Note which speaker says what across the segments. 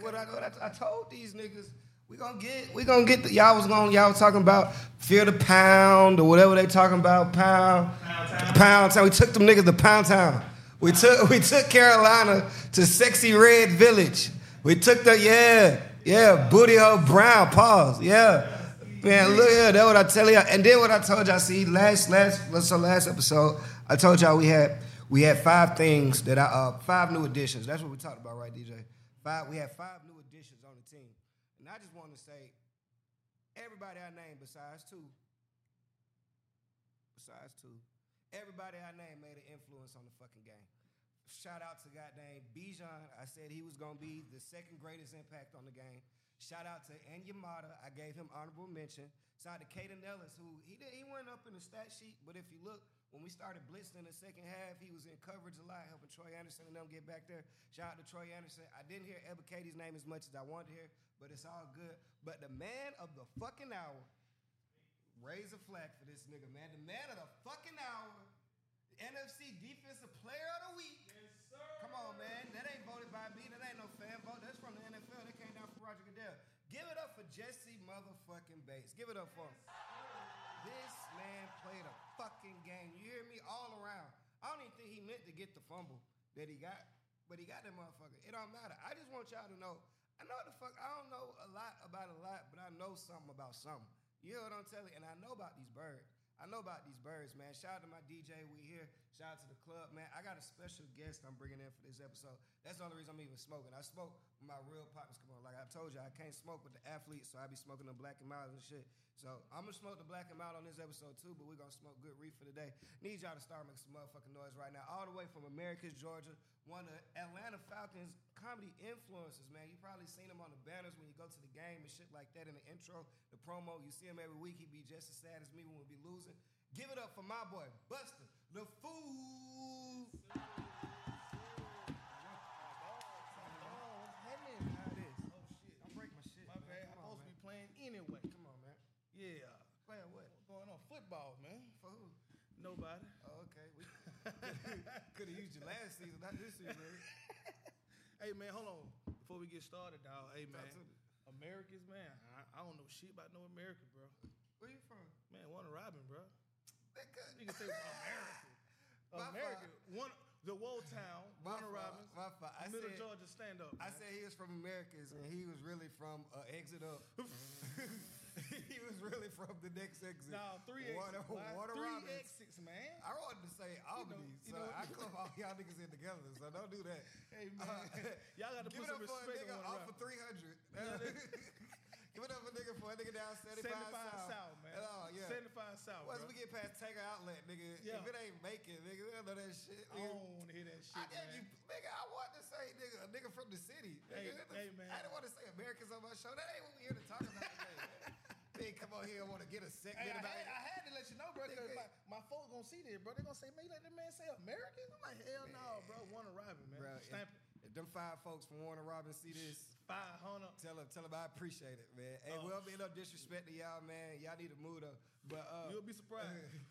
Speaker 1: what I go. I, I told these niggas we gonna get we gonna get the, y'all was going y'all was talking about fear the pound or whatever they talking about pound pound town. We took them niggas to pound town. We took we took Carolina to sexy red village. We took the yeah yeah booty hole brown pause yeah. Man, look here, that what I tell y'all. And then what I told y'all, see, last last so last episode, I told y'all we had we had five things that I uh five new additions. That's what we talked about, right, DJ? Five we had five new additions on the team. And I just want to say everybody I named besides two. Besides two. Everybody I named made an influence on the fucking game. Shout out to goddamn Bijan. I said he was gonna be the second greatest impact on the game. Shout out to Enyamata. I gave him honorable mention. Shout out to Caden Ellis, who he did, he went up in the stat sheet, but if you look, when we started blitzing in the second half, he was in coverage a lot, helping Troy Anderson and them get back there. Shout out to Troy Anderson. I didn't hear Ebba Katie's name as much as I wanted to hear, but it's all good. But the man of the fucking hour, raise a flag for this nigga, man. The man of the fucking hour, NFC Defensive Player of the Week. Yes, sir. Come on, man. That ain't voted by me. That ain't no fan vote. That's from the NFL. That came down from Roger Goodell. Give it up for Jesse motherfucking Bates. Give it up for him. This man played a fucking game. You hear me? All around. I don't even think he meant to get the fumble that he got, but he got that motherfucker. It don't matter. I just want y'all to know. I know the fuck. I don't know a lot about a lot, but I know something about something. You know what I'm telling? you? And I know about these birds. I know about these birds, man. Shout out to my DJ. We here. Shout out to the club, man. I got a special guest I'm bringing in for this episode. That's the only reason I'm even smoking. I smoke when my real partners come on. Like I told you, I can't smoke with the athletes, so I be smoking the black and mild and shit. So I'm gonna smoke the black and mild on this episode too, but we're gonna smoke good reef for today. Need y'all to start making some motherfucking noise right now. All the way from America's Georgia, one of Atlanta Falcons comedy influencers, man. You probably seen him on the banners when you go to the game and shit like that in the intro, the promo. You see him every week. He be just as sad as me when we be losing. Give it up for my boy Buster, the fool.
Speaker 2: I'm breaking my shit. My bad. I'm supposed to be playing anyway.
Speaker 1: Come on, man.
Speaker 2: Yeah.
Speaker 1: Playing what?
Speaker 2: What's going on? Football, man.
Speaker 1: For who?
Speaker 2: Nobody.
Speaker 1: Oh, okay. We could have used you last season, not this season. nigga.
Speaker 2: Hey, man, hold on. Before we get started, dog. Hey, man.
Speaker 1: to me.
Speaker 2: America's man. I, I don't know shit about no America, bro.
Speaker 1: Where you from?
Speaker 2: Man, one Robin, bro.
Speaker 1: Nigga.
Speaker 2: You can say America.
Speaker 1: My
Speaker 2: America. One. The Wold Town.
Speaker 1: My
Speaker 2: Warner
Speaker 1: fault,
Speaker 2: Robins.
Speaker 1: my fault. I
Speaker 2: Middle
Speaker 1: said-
Speaker 2: Georgia stand up.
Speaker 1: I said he was from Americas, and he was really from uh, exit up. he was really from the next exit.
Speaker 2: Now three exits.
Speaker 1: Water,
Speaker 2: why-
Speaker 1: water
Speaker 2: three
Speaker 1: Robins.
Speaker 2: exits, man.
Speaker 1: I wanted to say Albany,
Speaker 2: you
Speaker 1: so
Speaker 2: know-
Speaker 1: I club all y'all niggas in together, so don't do that.
Speaker 2: Hey, man.
Speaker 1: Uh,
Speaker 2: Y'all got to
Speaker 1: Give
Speaker 2: put
Speaker 1: it up
Speaker 2: some
Speaker 1: for a
Speaker 2: respect
Speaker 1: nigga
Speaker 2: on
Speaker 1: off
Speaker 2: Warner Robins.
Speaker 1: of 300. Give it up for a nigga for a nigga down 75,
Speaker 2: 75
Speaker 1: South.
Speaker 2: South, man.
Speaker 1: Oh, yeah.
Speaker 2: 75 South.
Speaker 1: Once
Speaker 2: bro.
Speaker 1: we get past Tanger Outlet, nigga,
Speaker 2: Yeah. Oh,
Speaker 1: if it ain't making, nigga, we don't know that shit.
Speaker 2: I
Speaker 1: nigga.
Speaker 2: don't want to hear that shit,
Speaker 1: I gave
Speaker 2: man.
Speaker 1: you, nigga. I wanted to say, nigga, a nigga from the city.
Speaker 2: Hey,
Speaker 1: nigga,
Speaker 2: hey, man.
Speaker 1: I didn't want to say Americans on my show. That ain't what we here to talk about today. man. They come on here and want to get a
Speaker 2: Hey,
Speaker 1: segment
Speaker 2: I,
Speaker 1: about it.
Speaker 2: had, I had to let you know, bro, because
Speaker 1: Nigga.
Speaker 2: my, my folks gonna see this, bro. They're gonna say, man, you let that man say American? I'm like, hell no, bro. One arriving, man.
Speaker 1: Bruh,
Speaker 2: Stamp it.
Speaker 1: if, if them five folks from Warner Robins see this,
Speaker 2: 500.
Speaker 1: tell them, tell them I appreciate it, man. Hey,
Speaker 2: Oh.
Speaker 1: we don't be no disrespect to y'all, man. Y'all need to move up. But uh,
Speaker 2: You'll be surprised.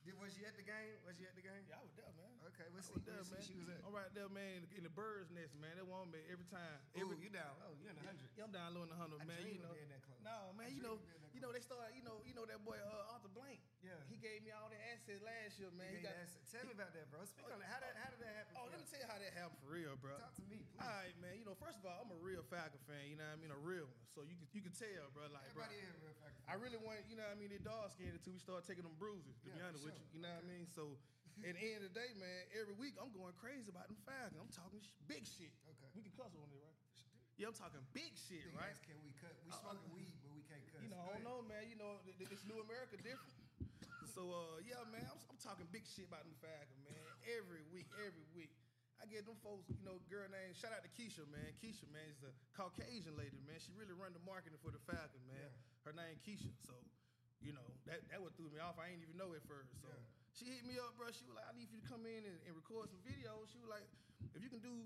Speaker 1: Did, was you at the game? Was you at the game?
Speaker 2: Yeah, I was there, man. I
Speaker 1: Okay, what's
Speaker 2: was there,
Speaker 1: She was at.
Speaker 2: man. I'm right there, man, in the, in the bird's nest, man. They want me every time.
Speaker 1: Ooh,
Speaker 2: Every,
Speaker 1: you down? Oh, you in the hundred?
Speaker 2: yeah, I'm down low in the 100,
Speaker 1: I
Speaker 2: man.
Speaker 1: dream
Speaker 2: You
Speaker 1: of
Speaker 2: know.
Speaker 1: being that close.
Speaker 2: No,
Speaker 1: I
Speaker 2: man, you
Speaker 1: dream
Speaker 2: know,
Speaker 1: of being that
Speaker 2: you know, they started, you know, you know that boy uh, Arthur Blank.
Speaker 1: Yeah.
Speaker 2: He gave me all the assets last year, man. He
Speaker 1: Hey,
Speaker 2: got,
Speaker 1: that's- tell me about that, bro. Speak on that. How did, how did that happen?
Speaker 2: oh,
Speaker 1: for you?
Speaker 2: let me tell you how that happened for real, bro.
Speaker 1: Talk to me, please.
Speaker 2: All right, man. You know, first of all, I'm a real Falcon fan. You know what I mean? A real one. So you can you can tell, bro. Like, bro,
Speaker 1: Everybody is real fucking.
Speaker 2: I really want you know what I mean. They dog skinned until we start taking them bruises. To be
Speaker 1: Yeah,
Speaker 2: honest
Speaker 1: for
Speaker 2: with
Speaker 1: sure.
Speaker 2: you, you know what I mean. So at the end of the day, man, every week I'm going crazy about them Falcons. I'm talking sh- big shit.
Speaker 1: Okay.
Speaker 2: We can cuss on it, right? Yeah, I'm talking big shit,
Speaker 1: Big
Speaker 2: right?
Speaker 1: ass Can we cut? We
Speaker 2: Uh,
Speaker 1: smoking weed, but we can't cut.
Speaker 2: You know, I don't know, man. You know, th- th- this new America different. So uh, yeah, man, I'm, I'm talking big shit about them Falcons, man. Every week, every week, I get them folks. You know, girl named shout out to Keisha, man. Keisha, man, is the Caucasian lady, man. She really run the marketing for the Falcons, man.
Speaker 1: Yeah.
Speaker 2: Her name Keisha. So, you know, that that what threw me off. I ain't even know at first. So
Speaker 1: Yeah.
Speaker 2: she hit me up, bro. She was like, I need you to come in and, and record some videos. She was like, if you can do,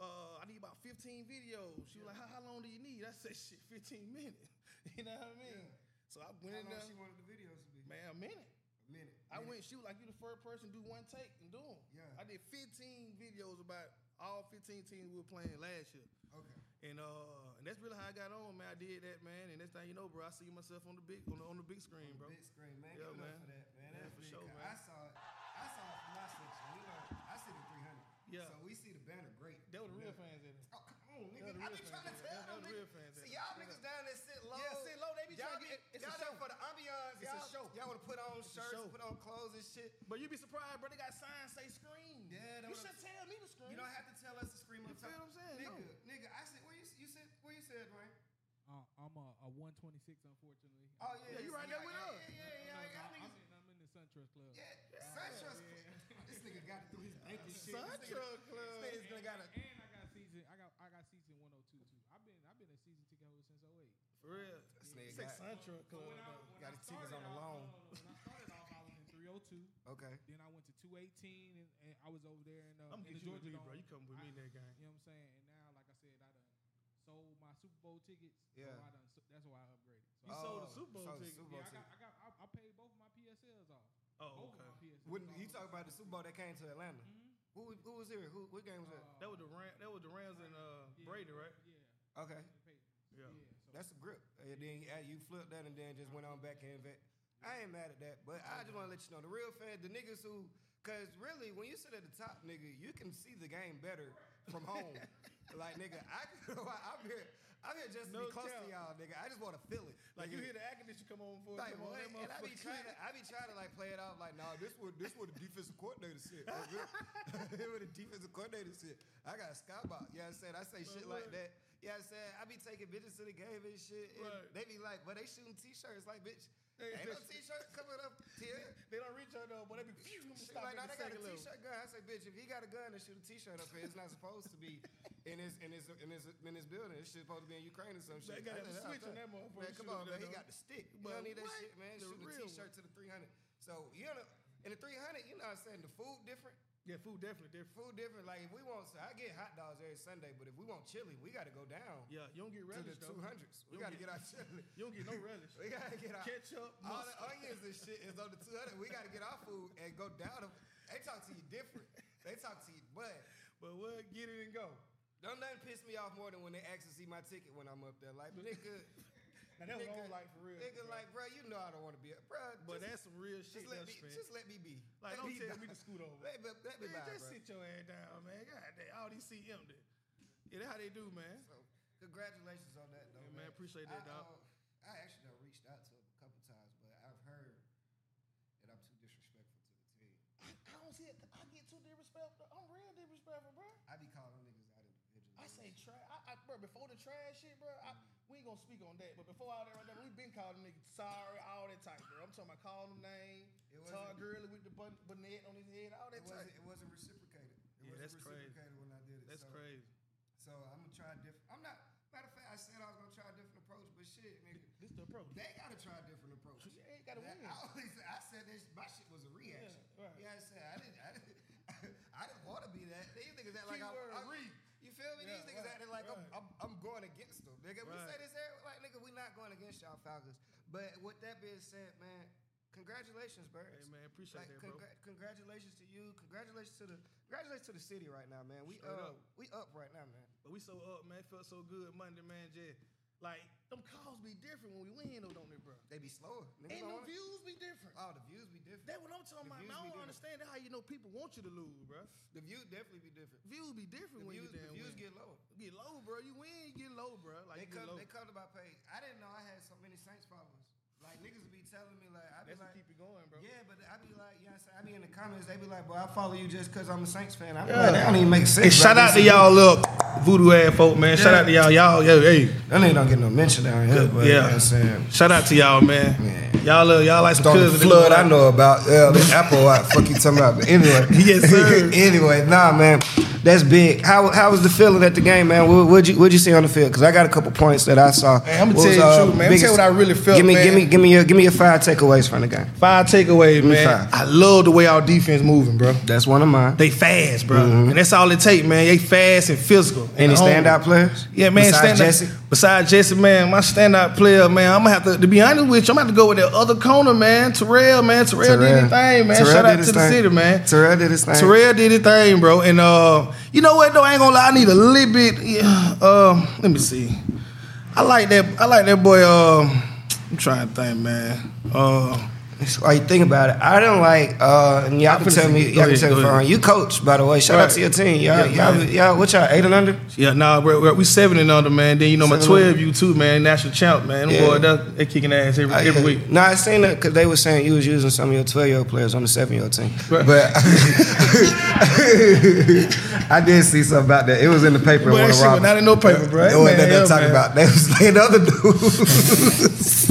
Speaker 2: uh, I need about 15 videos. She was like, how, how long do you need? I said, shit, 15 minutes. you know what I mean?
Speaker 1: Yeah.
Speaker 2: So I
Speaker 1: How
Speaker 2: went in
Speaker 1: long
Speaker 2: there,
Speaker 1: she wanted the videos to be?
Speaker 2: man, a minute.
Speaker 1: A minute.
Speaker 2: I
Speaker 1: minute.
Speaker 2: went, she was like, you the first person to do one take and do them.
Speaker 1: Yeah.
Speaker 2: I did 15 videos about all 15 teams we were playing last year.
Speaker 1: Okay.
Speaker 2: And uh, And that's really how I got on, man. I did that, man. And next thing you know, bro, I see myself on the big on the, on the big screen, bro.
Speaker 1: Big screen, man.
Speaker 2: Yeah,
Speaker 1: Give it up
Speaker 2: man.
Speaker 1: for that, man.
Speaker 2: Yeah,
Speaker 1: That's
Speaker 2: for
Speaker 1: big.
Speaker 2: sure,
Speaker 1: co-
Speaker 2: man.
Speaker 1: I saw it. I saw it from my section. We learned, I sit in 300.
Speaker 2: Yeah.
Speaker 1: So we see the banner great.
Speaker 2: That was the real fans in it.
Speaker 1: Oh, come on, nigga.
Speaker 2: Yeah,
Speaker 1: I
Speaker 2: the real
Speaker 1: be trying to
Speaker 2: fans at it.
Speaker 1: tell them,
Speaker 2: That's the real fans
Speaker 1: nigga.
Speaker 2: at
Speaker 1: See,
Speaker 2: it.
Speaker 1: y'all
Speaker 2: Yeah.
Speaker 1: niggas down there sit low.
Speaker 2: Yeah, sit low. They be
Speaker 1: y'all
Speaker 2: trying to
Speaker 1: be-
Speaker 2: get- it's a
Speaker 1: y'all there
Speaker 2: show.
Speaker 1: for the ambiance.
Speaker 2: It's a
Speaker 1: y'all,
Speaker 2: show.
Speaker 1: Y'all want to put on shirts,
Speaker 2: show.
Speaker 1: put on clothes and shit.
Speaker 2: But you'd be surprised, bro. They got signs say screen.
Speaker 1: Yeah, that
Speaker 2: you
Speaker 1: what
Speaker 2: should tell me the screen.
Speaker 1: You don't have to tell us to scream up
Speaker 2: Mm-hmm. You feel
Speaker 1: top.
Speaker 2: what I'm saying?
Speaker 1: Nigga,
Speaker 2: No.
Speaker 1: nigga, I said, where you, you said, where you said, Dwayne?
Speaker 3: Uh, I'm a, a
Speaker 1: Oh,
Speaker 3: 126, unfortunately. I'm-
Speaker 1: yeah.
Speaker 2: Yeah, you right there with
Speaker 1: yeah,
Speaker 2: us.
Speaker 1: Yeah, yeah, yeah.
Speaker 3: I'm,
Speaker 1: Y'all
Speaker 3: I'm,
Speaker 1: niggas.
Speaker 3: in, I'm in the SunTrust Club.
Speaker 1: Yeah, SunTrust. This nigga got it through his banking shit. This nigga-
Speaker 2: Sunshine Club.
Speaker 1: This nigga's gonna got a.
Speaker 3: And, and I got season. I got I got season 102 too. I've been I've been a season ticket holder since 08.
Speaker 2: For real.
Speaker 1: This nigga
Speaker 2: Say
Speaker 1: got-
Speaker 2: Sunshine
Speaker 3: So
Speaker 2: Club.
Speaker 3: when I,
Speaker 2: bro.
Speaker 3: when
Speaker 1: Got
Speaker 3: I
Speaker 1: his tickets
Speaker 3: started
Speaker 1: on the
Speaker 3: off-
Speaker 1: loan.
Speaker 3: no, no, no. When I started off, I was in 302.
Speaker 1: Okay.
Speaker 3: Then I went to 218, and, and I was over there in, uh,
Speaker 2: I'm gonna
Speaker 3: in the
Speaker 2: get you with me,
Speaker 3: Georgia Dome.
Speaker 2: bro. You come with me in that game.
Speaker 3: You know what I'm saying? And now, like I said, I done sold my Super Bowl tickets.
Speaker 1: Yeah.
Speaker 3: So I done, so that's why I upgraded. So
Speaker 2: You
Speaker 3: I,
Speaker 2: sold the
Speaker 1: Oh,
Speaker 2: Super Bowl
Speaker 1: sold the
Speaker 2: ticket.
Speaker 1: Super Bowl
Speaker 3: yeah, I got,
Speaker 1: ticket.
Speaker 3: I got, I, I paid both of my PSLs off.
Speaker 2: Oh, okay.
Speaker 3: both of my PSLs.
Speaker 1: When
Speaker 3: off.
Speaker 1: you talk about the Super Bowl Mm-hmm. that came to Atlanta,
Speaker 3: Mhm.
Speaker 1: who was- who was here? Who what game was
Speaker 3: Uh,
Speaker 2: That was the Ram, that was the Rams and uh,
Speaker 3: yeah,
Speaker 2: Brady, right?
Speaker 3: Yeah.
Speaker 1: that? Okay,
Speaker 3: they paid-
Speaker 2: Yeah.
Speaker 3: Yeah. so-
Speaker 1: that's a grip. And then uh, you flipped that and then just went on back and inve- I ain't mad at that, but I just want to let you know the real fans, the niggas who, cause really when you sit at the top, nigga, you can see the game better from home. like nigga, I I'm here, I'm here just to
Speaker 2: No
Speaker 1: be close to
Speaker 2: cap.
Speaker 1: y'all, nigga. I just want to feel it.
Speaker 2: Like
Speaker 1: nigga.
Speaker 2: you hear the acting that you come on for?
Speaker 1: Like,
Speaker 2: come on,
Speaker 1: what?
Speaker 2: that
Speaker 1: And I be
Speaker 2: motherfucker.
Speaker 1: trying to, I be trying to like play it off like, nah, this what this what the defensive coordinator said. That's it. what the defensive coordinator said. I got a skybox. Yeah, I said I say
Speaker 2: But
Speaker 1: shit like
Speaker 2: look.
Speaker 1: that. Yeah, I said I be taking bitches to the game and shit. And
Speaker 2: Right.
Speaker 1: They be like, but they shooting t-shirts like, bitch,
Speaker 2: Hey,
Speaker 1: ain't no
Speaker 2: bitch.
Speaker 1: t-shirt coming up here.
Speaker 2: They don't reach her though, but they be phew, let me
Speaker 1: She
Speaker 2: stop
Speaker 1: like, nah,
Speaker 2: at the
Speaker 1: they got a
Speaker 2: second level.
Speaker 1: t-shirt gun. I say, bitch, if he got a gun and shoot a t-shirt up here, it's not supposed to be in his in his in his in his building. It's supposed to be in Ukraine or some shit.
Speaker 2: They got
Speaker 1: I
Speaker 2: a
Speaker 1: said,
Speaker 2: switch
Speaker 1: "Oh,
Speaker 2: on that
Speaker 1: Man,
Speaker 2: motherfucker. You
Speaker 1: come
Speaker 2: should've
Speaker 1: on, man.
Speaker 2: done
Speaker 1: He
Speaker 2: that.
Speaker 1: got the stick. You
Speaker 2: But
Speaker 1: don't need that
Speaker 2: what?
Speaker 1: shit, man.
Speaker 2: The
Speaker 1: Shoot a
Speaker 2: real
Speaker 1: t-shirt to the 300. So, you know, in the 300, you know what I'm saying? The food different.
Speaker 2: Yeah, food definitely different.
Speaker 1: Food different. Like, if we want, so I get hot dogs every Sunday, but if we want chili, we got to go down
Speaker 2: Yeah, you don't get
Speaker 1: to the
Speaker 2: relish though.
Speaker 1: 200s. We
Speaker 2: You'll
Speaker 1: got to
Speaker 2: get-
Speaker 1: get our chili.
Speaker 2: You don't get no relish.
Speaker 1: We got to get our...
Speaker 2: Ketchup,
Speaker 1: All the
Speaker 2: mustard.
Speaker 1: onions and shit is on the 200. We got to get our food and go down. to- They talk to you different. They talk to you, but...
Speaker 2: But what? Get it and go.
Speaker 1: Don't nothing piss me off more than when they ask to see my ticket when I'm up there. Like, nigga,
Speaker 2: Now that was
Speaker 1: Nigga-
Speaker 2: on like for real.
Speaker 1: nigga, like, bro, you know I don't want to be up. Bro, just-
Speaker 2: but that's some real
Speaker 1: Just
Speaker 2: shit.
Speaker 1: let,
Speaker 2: That's
Speaker 1: me,
Speaker 2: spent.
Speaker 1: just let me be. let
Speaker 2: Like, don't
Speaker 1: me
Speaker 2: tell
Speaker 1: die.
Speaker 2: me to scoot over.
Speaker 1: Let me, let me
Speaker 2: Man,
Speaker 1: die,
Speaker 2: just
Speaker 1: bro.
Speaker 2: sit your ass down, man. God damn, all these CM did. Yeah, that's how they do, man.
Speaker 1: So, congratulations on that, though,
Speaker 2: Yeah,
Speaker 1: man.
Speaker 2: man, appreciate that,
Speaker 1: I,
Speaker 2: dog.
Speaker 1: uh, I actually done reached out to him a couple times, but I've heard that I'm too disrespectful to the team.
Speaker 2: I, I don't see it. I get too disrespectful. I'm real disrespectful, bro.
Speaker 1: I be calling niggas out individually.
Speaker 2: I say trash. I, I, bro, before the trash shit, bro, I, we ain't gonna speak on that. But before all that, right there, we been calling niggas sorry, all that type, bro. I'm talking about calling them name,
Speaker 1: It wasn't-
Speaker 2: Todd Gurley with the bun- bonnet on his head, all
Speaker 1: it
Speaker 2: that
Speaker 1: wasn't,
Speaker 2: type.
Speaker 1: it wasn't reciprocated. It wasn't
Speaker 2: Yeah, that's crazy.
Speaker 1: reciprocated when I did it.
Speaker 2: That's
Speaker 1: so,
Speaker 2: crazy.
Speaker 1: So I'm gonna try different. I'm not. Matter of fact, I said I was gonna try a different approach, but shit, nigga,
Speaker 2: This the approach.
Speaker 1: they gotta try a different approach.
Speaker 2: You ain't gotta
Speaker 1: That-
Speaker 2: win.
Speaker 1: I, always, I said this. My shit was a reaction.
Speaker 2: Yeah, right.
Speaker 1: oh, Yeah, I said I didn't. I didn't. I didn't want to be that. These niggas act like I'm.
Speaker 2: Keyword,
Speaker 1: I'm-
Speaker 2: re.
Speaker 1: You feel me?
Speaker 2: Yeah,
Speaker 1: These niggas
Speaker 2: right,
Speaker 1: acting like
Speaker 2: right.
Speaker 1: I'm, I'm. I'm going against them. Nigga, we say
Speaker 2: Right.
Speaker 1: this every like nigga. We not going against y'all Falcons. But with that being said, man, congratulations, Birds.
Speaker 2: Hey man, appreciate
Speaker 1: Like,
Speaker 2: that, bro.
Speaker 1: congra- congratulations to you. Congratulations to the congratulations to the city right now, man. We
Speaker 2: Straight
Speaker 1: uh,
Speaker 2: up.
Speaker 1: we up right now, man.
Speaker 2: But we so up, man. Felt so good Monday, man. Just like them calls be different when we win, though, don't they, bro?
Speaker 1: They be slower. Niggas
Speaker 2: And
Speaker 1: don't
Speaker 2: the
Speaker 1: wanna-
Speaker 2: views be different.
Speaker 1: Oh, the views be different.
Speaker 2: That's what I'm talking
Speaker 1: The
Speaker 2: about.
Speaker 1: views be
Speaker 2: man. I don't
Speaker 1: different.
Speaker 2: understand that how you know people want you to lose, bro.
Speaker 1: The view definitely be different.
Speaker 2: Views be different
Speaker 1: The
Speaker 2: when
Speaker 1: views,
Speaker 2: you
Speaker 1: the
Speaker 2: damn
Speaker 1: views
Speaker 2: win.
Speaker 1: get lower.
Speaker 2: Get low, bro. You win, you get low, bro. Like
Speaker 1: they
Speaker 2: you get
Speaker 1: come,
Speaker 2: low.
Speaker 1: they come to my page. I didn't know I had so many Saints followers. Like niggas be telling me, like I be
Speaker 2: That's what
Speaker 1: like,
Speaker 2: keep it going, bro.
Speaker 1: yeah, but I be like, yeah, I be in the comments. They be like, boy, I follow you just because I'm a Saints fan. I'm like, that don't even make sense.
Speaker 2: Hey,
Speaker 1: bro.
Speaker 2: shout out to y'all little voodoo ass folk, man. Shout out to y'all, y'all, yo, hey.
Speaker 1: That nigga don't get no mention down here. But yeah, you know what I'm saying.
Speaker 2: Shout out to y'all, man.
Speaker 1: Yeah.
Speaker 2: Y'all, little, y'all like some
Speaker 1: Don't
Speaker 2: cousins.
Speaker 1: flood I know about. Uh, this Apple Watch, fuck you talking about. But anyway,
Speaker 2: Yes, sir.
Speaker 1: anyway, nah, man, that's big. How, how was the feeling at the game, man? What would you would you see on the field? Because I got a couple points that I saw.
Speaker 2: Hey,
Speaker 1: What
Speaker 2: I'ma tell
Speaker 1: was,
Speaker 2: you the
Speaker 1: uh,
Speaker 2: truth, man. I'ma tell you what I really felt,
Speaker 1: Give me,
Speaker 2: man.
Speaker 1: give me, give me your give me your five takeaways from the game.
Speaker 2: Five takeaways, man.
Speaker 1: five.
Speaker 2: I love the way our defense moving, bro.
Speaker 1: That's one of mine.
Speaker 2: They fast, bro, and that's all it take, man. They fast and physical.
Speaker 1: Mm-hmm. Any
Speaker 2: And hungry.
Speaker 1: standout players?
Speaker 2: Yeah, man.
Speaker 1: Besides
Speaker 2: standout,
Speaker 1: Jesse?
Speaker 2: Besides Jesse, man, my standout player, man. I'm gonna have to, to be honest with you, I'm gonna have to go with the other corner, man. Terrell, man. Terrell, did his thing, man.
Speaker 1: Terrell
Speaker 2: Shout
Speaker 1: did
Speaker 2: out to
Speaker 1: his
Speaker 2: the
Speaker 1: thing.
Speaker 2: city, man.
Speaker 1: Terrell did his thing.
Speaker 2: Terrell did his thing, bro. And uh, you know what though? I ain't gonna lie. I need a little bit. Yeah, um, let me see. I like that. I like that boy. Uh, I'm trying to think, man. Uh,
Speaker 1: Are you thinking about it? I don't like, uh, and y'all
Speaker 2: I'm
Speaker 1: can
Speaker 2: finna
Speaker 1: tell
Speaker 2: see.
Speaker 1: me,
Speaker 2: Go
Speaker 1: y'all can
Speaker 2: ahead,
Speaker 1: tell me
Speaker 2: go
Speaker 1: if I'm
Speaker 2: ahead.
Speaker 1: wrong. You coach, by the way. Shout out
Speaker 2: Right.
Speaker 1: to your team. Y'all,
Speaker 2: Yeah,
Speaker 1: y'all,
Speaker 2: man.
Speaker 1: y'all, what y'all, eight and under?
Speaker 2: yeah, nah, bro. bro, We seven and under, man. Then you know my
Speaker 1: Seven and
Speaker 2: twelve, you too, man. National champ, man. Them
Speaker 1: Yeah.
Speaker 2: boy, that, they kicking ass every, every week.
Speaker 1: No, I seen that because they were saying you was using some of your 12 year old players on the 7 year old team.
Speaker 2: Right.
Speaker 1: But I did see something about that. It was in the paper. in
Speaker 2: Boy,
Speaker 1: one
Speaker 2: that
Speaker 1: of
Speaker 2: shit was
Speaker 1: Robert's.
Speaker 2: not in no paper, bro.
Speaker 1: That wasn't
Speaker 2: Man,
Speaker 1: that they
Speaker 2: yeah,
Speaker 1: talking
Speaker 2: man.
Speaker 1: about. They was in other news.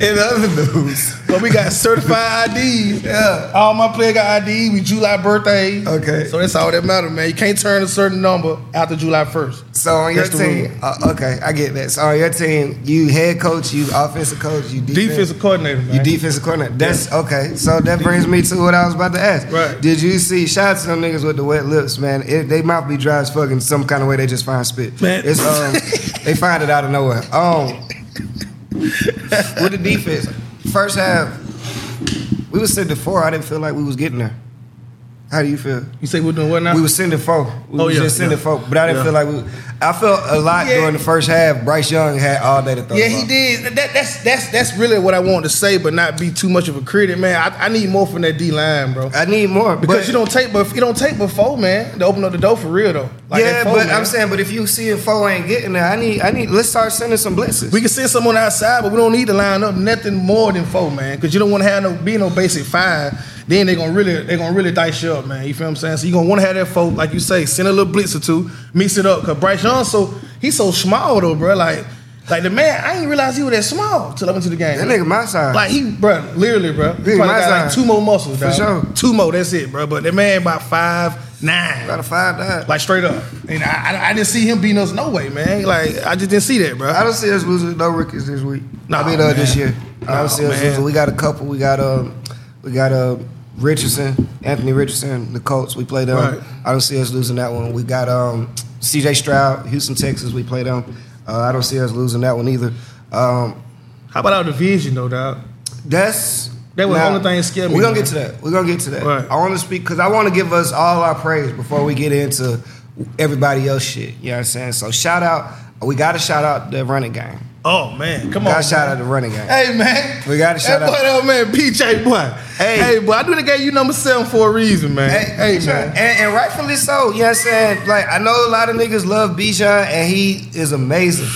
Speaker 1: in other news.
Speaker 2: But we got certified IDs.
Speaker 1: Yeah.
Speaker 2: All my players got ID. We July birthday.
Speaker 1: Okay.
Speaker 2: So that's all that matter, man. You can't turn a certain number after July first.
Speaker 1: So on your
Speaker 2: That's the
Speaker 1: team, uh, okay, I get that. So on your team, you head coach, you offensive coach, you defense,
Speaker 2: Defensive coordinator, man.
Speaker 1: you defensive coordinator. That's okay. So that brings me to what I was about to ask.
Speaker 2: Right.
Speaker 1: Did you see shots to them niggas with the wet lips, man? It, they mouth be dry as fuck in some kind of way. They just find spit.
Speaker 2: Man.
Speaker 1: It's um, they find it out of nowhere. Um, with the defense, first half, we was sitting to four. I didn't feel like we was getting there. How do you feel?
Speaker 2: you say we're doing what now?
Speaker 1: We were sending folk. We
Speaker 2: Oh,
Speaker 1: was
Speaker 2: yeah,
Speaker 1: just sending
Speaker 2: yeah.
Speaker 1: folk. But I didn't
Speaker 2: Yeah.
Speaker 1: feel like we. I felt a lot
Speaker 2: Yeah.
Speaker 1: during the first half. Bryce Young had all day to throw.
Speaker 2: Yeah,
Speaker 1: the
Speaker 2: he
Speaker 1: ball.
Speaker 2: did. That, that's that's that's really what I wanted to say, but not be too much of a critic, man. I, I need more from that D line, bro.
Speaker 1: I need more
Speaker 2: Because
Speaker 1: but,
Speaker 2: you don't take, Uh, but you don't take before, man, to open up the door for real though.
Speaker 1: yeah,
Speaker 2: that four,
Speaker 1: but
Speaker 2: man.
Speaker 1: I'm saying, but if you see if four ain't getting there, I need, I need. Let's start sending some blitzes.
Speaker 2: we can send someone outside, but we don't need to line up nothing more than four, man. Because you don't want to have no be no basic five. Then they're gonna really they gonna really dice you up, man. You feel what I'm saying? So you gonna want to have that four, like you say, send a little blitz or two, mix it up. Cause Bryce Young, so he's so small though, bro. Like like the man, I didn't realize he was that small till I went to the game.
Speaker 1: that nigga my size.
Speaker 2: Like he, bro, literally, bro. He
Speaker 1: Nigga,
Speaker 2: probably
Speaker 1: my
Speaker 2: got like
Speaker 1: size.
Speaker 2: two more muscles,
Speaker 1: For
Speaker 2: dog.
Speaker 1: sure.
Speaker 2: Two more, that's it, bro. But that man about five nine,
Speaker 1: about a five nine.
Speaker 2: like straight up. And I, I, I didn't see him beating us no way, man. Like I just didn't see that, bro.
Speaker 1: I don't see us losing no rookies this week.
Speaker 2: Nah,
Speaker 1: I mean, uh, this
Speaker 2: man.
Speaker 1: year. I
Speaker 2: Nah,
Speaker 1: don't see us
Speaker 2: man.
Speaker 1: losing. We got a couple. We got um, we got uh, Richardson, Anthony Richardson, the Colts. We played them.
Speaker 2: Right.
Speaker 1: I don't see us losing that one. We got um, C.J. Stroud, Houston, Texas. We played them. Uh, I don't see us losing that one either. Um,
Speaker 2: How about our division though, dog?
Speaker 1: that's
Speaker 2: That was the
Speaker 1: now,
Speaker 2: only thing that scared me,
Speaker 1: We're gonna
Speaker 2: man.
Speaker 1: get to that. We're gonna get to that.
Speaker 2: Right.
Speaker 1: I want to speak because I want to give us all our praise before we get into everybody else shit. You know what I'm saying? So shout out. We got to shout out the running game.
Speaker 2: Oh man, come on.
Speaker 1: Got to shout out the running game.
Speaker 2: Hey man,
Speaker 1: We gotta shout
Speaker 2: that boy,
Speaker 1: out-
Speaker 2: that man, PJ boy.
Speaker 1: Hey.
Speaker 2: hey boy, I knew they gave you number seven for a reason, man. Hey,
Speaker 1: Bijan.
Speaker 2: man,
Speaker 1: And, and rightfully so. You know what I'm saying? Like, I know a lot of niggas love Bijan, and he is amazing.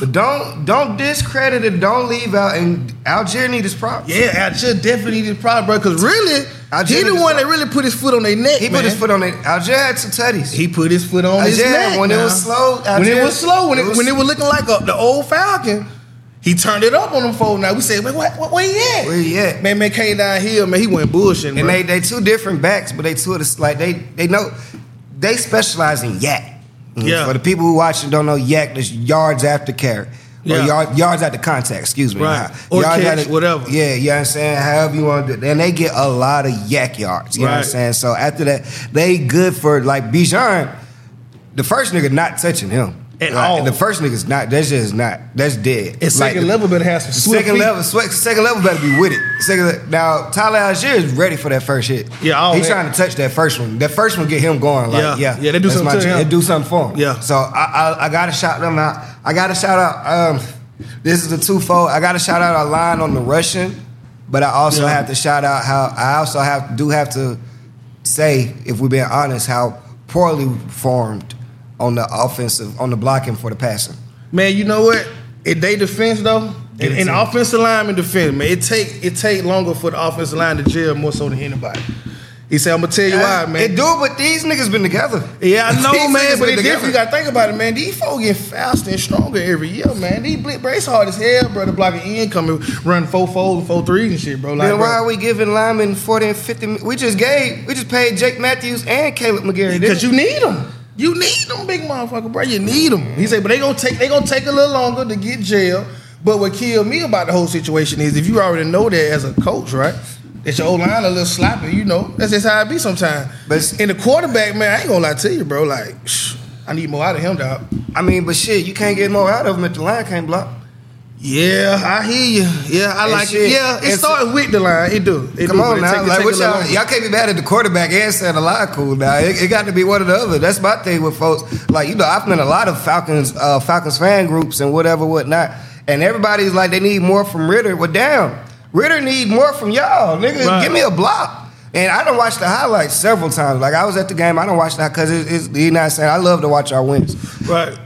Speaker 1: But don't don't discredit it. Don't leave out. And Algier need his props.
Speaker 2: yeah, I should definitely need this problem, bro. Cause really,
Speaker 1: I
Speaker 2: he
Speaker 1: just-
Speaker 2: the one that really put his foot on their neck.
Speaker 1: He
Speaker 2: man.
Speaker 1: put his foot on it. Algier had some tutties.
Speaker 2: He put his foot on his
Speaker 1: Algier,
Speaker 2: neck.
Speaker 1: when it
Speaker 2: now.
Speaker 1: was slow,
Speaker 2: when
Speaker 1: Algier-
Speaker 2: it was slow, when
Speaker 1: it
Speaker 2: it,
Speaker 1: was-
Speaker 2: when it was looking like a, the old Falcon, he turned it up on them fold. Now we said, man, what, what, where he at?
Speaker 1: Where he at?
Speaker 2: Man, man came down here, man. He went bullshitting,
Speaker 1: and
Speaker 2: bro.
Speaker 1: they they two different backs, but they two of the like they they know they specialize in yak. Mm,
Speaker 2: Yeah.
Speaker 1: For the people who watch and don't know yak, that's yards after carry. Or
Speaker 2: Yeah.
Speaker 1: yard, yards after contact, excuse me.
Speaker 2: Right. Or catch, whatever.
Speaker 1: Yeah, you know what I'm saying? However you want to do it. And they get a lot of yak yards. You know what I'm
Speaker 2: Right.
Speaker 1: saying? So after that, they good for like Bijan, the first nigga not touching him.
Speaker 2: At
Speaker 1: Like,
Speaker 2: all.
Speaker 1: The first nigga's not, that's just not, that's dead.
Speaker 2: and
Speaker 1: Like,
Speaker 2: second level better have some swift
Speaker 1: Second
Speaker 2: feet.
Speaker 1: level, swe- second level better be with it. Second, le- now Tyler Algier is ready for that first hit.
Speaker 2: Yeah, all
Speaker 1: he's
Speaker 2: that.
Speaker 1: trying to touch that first one. That first one get him going. Like,
Speaker 2: Yeah,
Speaker 1: yeah,
Speaker 2: yeah, they do
Speaker 1: that's
Speaker 2: something
Speaker 1: my
Speaker 2: to
Speaker 1: ch-
Speaker 2: him.
Speaker 1: They do something for him.
Speaker 2: Yeah.
Speaker 1: So I, I, I gotta shout them out. I gotta shout out. Um, this is a twofold. I gotta shout out our line on the Russian, but I also
Speaker 2: Yeah.
Speaker 1: have to shout out how I also have do have to say, if we're being honest, how poorly we performed on the offensive on the blocking for the passing.
Speaker 2: Man, you know what? If they defense though,
Speaker 1: Yeah,
Speaker 2: in,
Speaker 1: they
Speaker 2: in
Speaker 1: do.
Speaker 2: offensive lineman defense, man, it take it take longer for the offensive line to gel more so than anybody. He said, "I'm gonna tell you why, man."
Speaker 1: It do, but these niggas been together.
Speaker 2: Yeah, I know,
Speaker 1: These
Speaker 2: man,
Speaker 1: niggas
Speaker 2: but
Speaker 1: been
Speaker 2: it different.
Speaker 1: together.
Speaker 2: You gotta think about it, man. These folks get faster and stronger every year, man. These blitz brace hard as hell, bro. To block an incoming, run four fours and four threes and shit, bro. Like,
Speaker 1: Then why
Speaker 2: bro,
Speaker 1: are we giving Lyman 40 and 50? mi- We just gave, we just paid Jake Matthews and Caleb McGarry. didn't
Speaker 2: because you need them. You need them, big motherfucker, bro. You need them. He said, but they gonna take they gonna take a little longer to get jail. But what killed me about the whole situation is if you already know that as a coach, right? That your old line a little sloppy, you know. That's just how it be sometimes.
Speaker 1: But it's-
Speaker 2: in the quarterback, man, I ain't gonna lie to you, bro. Like, I need more out of him, dog.
Speaker 1: I mean, but shit, you can't get more out of him if the line can't block.
Speaker 2: Yeah, I hear you. Yeah, I
Speaker 1: And
Speaker 2: like
Speaker 1: shit,
Speaker 2: it. Yeah, it
Speaker 1: and so-
Speaker 2: started with the line. It do. It
Speaker 1: Come
Speaker 2: do, but
Speaker 1: on
Speaker 2: it
Speaker 1: now,
Speaker 2: take-
Speaker 1: like
Speaker 2: it take
Speaker 1: what
Speaker 2: a little
Speaker 1: y'all,
Speaker 2: longer.
Speaker 1: y'all can't be mad at the quarterback and Santa Line cool now. It, it got to be one or the other. That's my thing with folks. Like you know, I've been in a lot of Falcons uh, Falcons fan groups and whatever whatnot, and everybody's like they need more from Ritter. Well, damn, Ritter need more from y'all, nigga.
Speaker 2: Right.
Speaker 1: Give me a block. And I don't watch the highlights several times. Like I was at the game, I don't watch that because it, it's you know what I'm saying. I love to watch our wins.
Speaker 2: Right.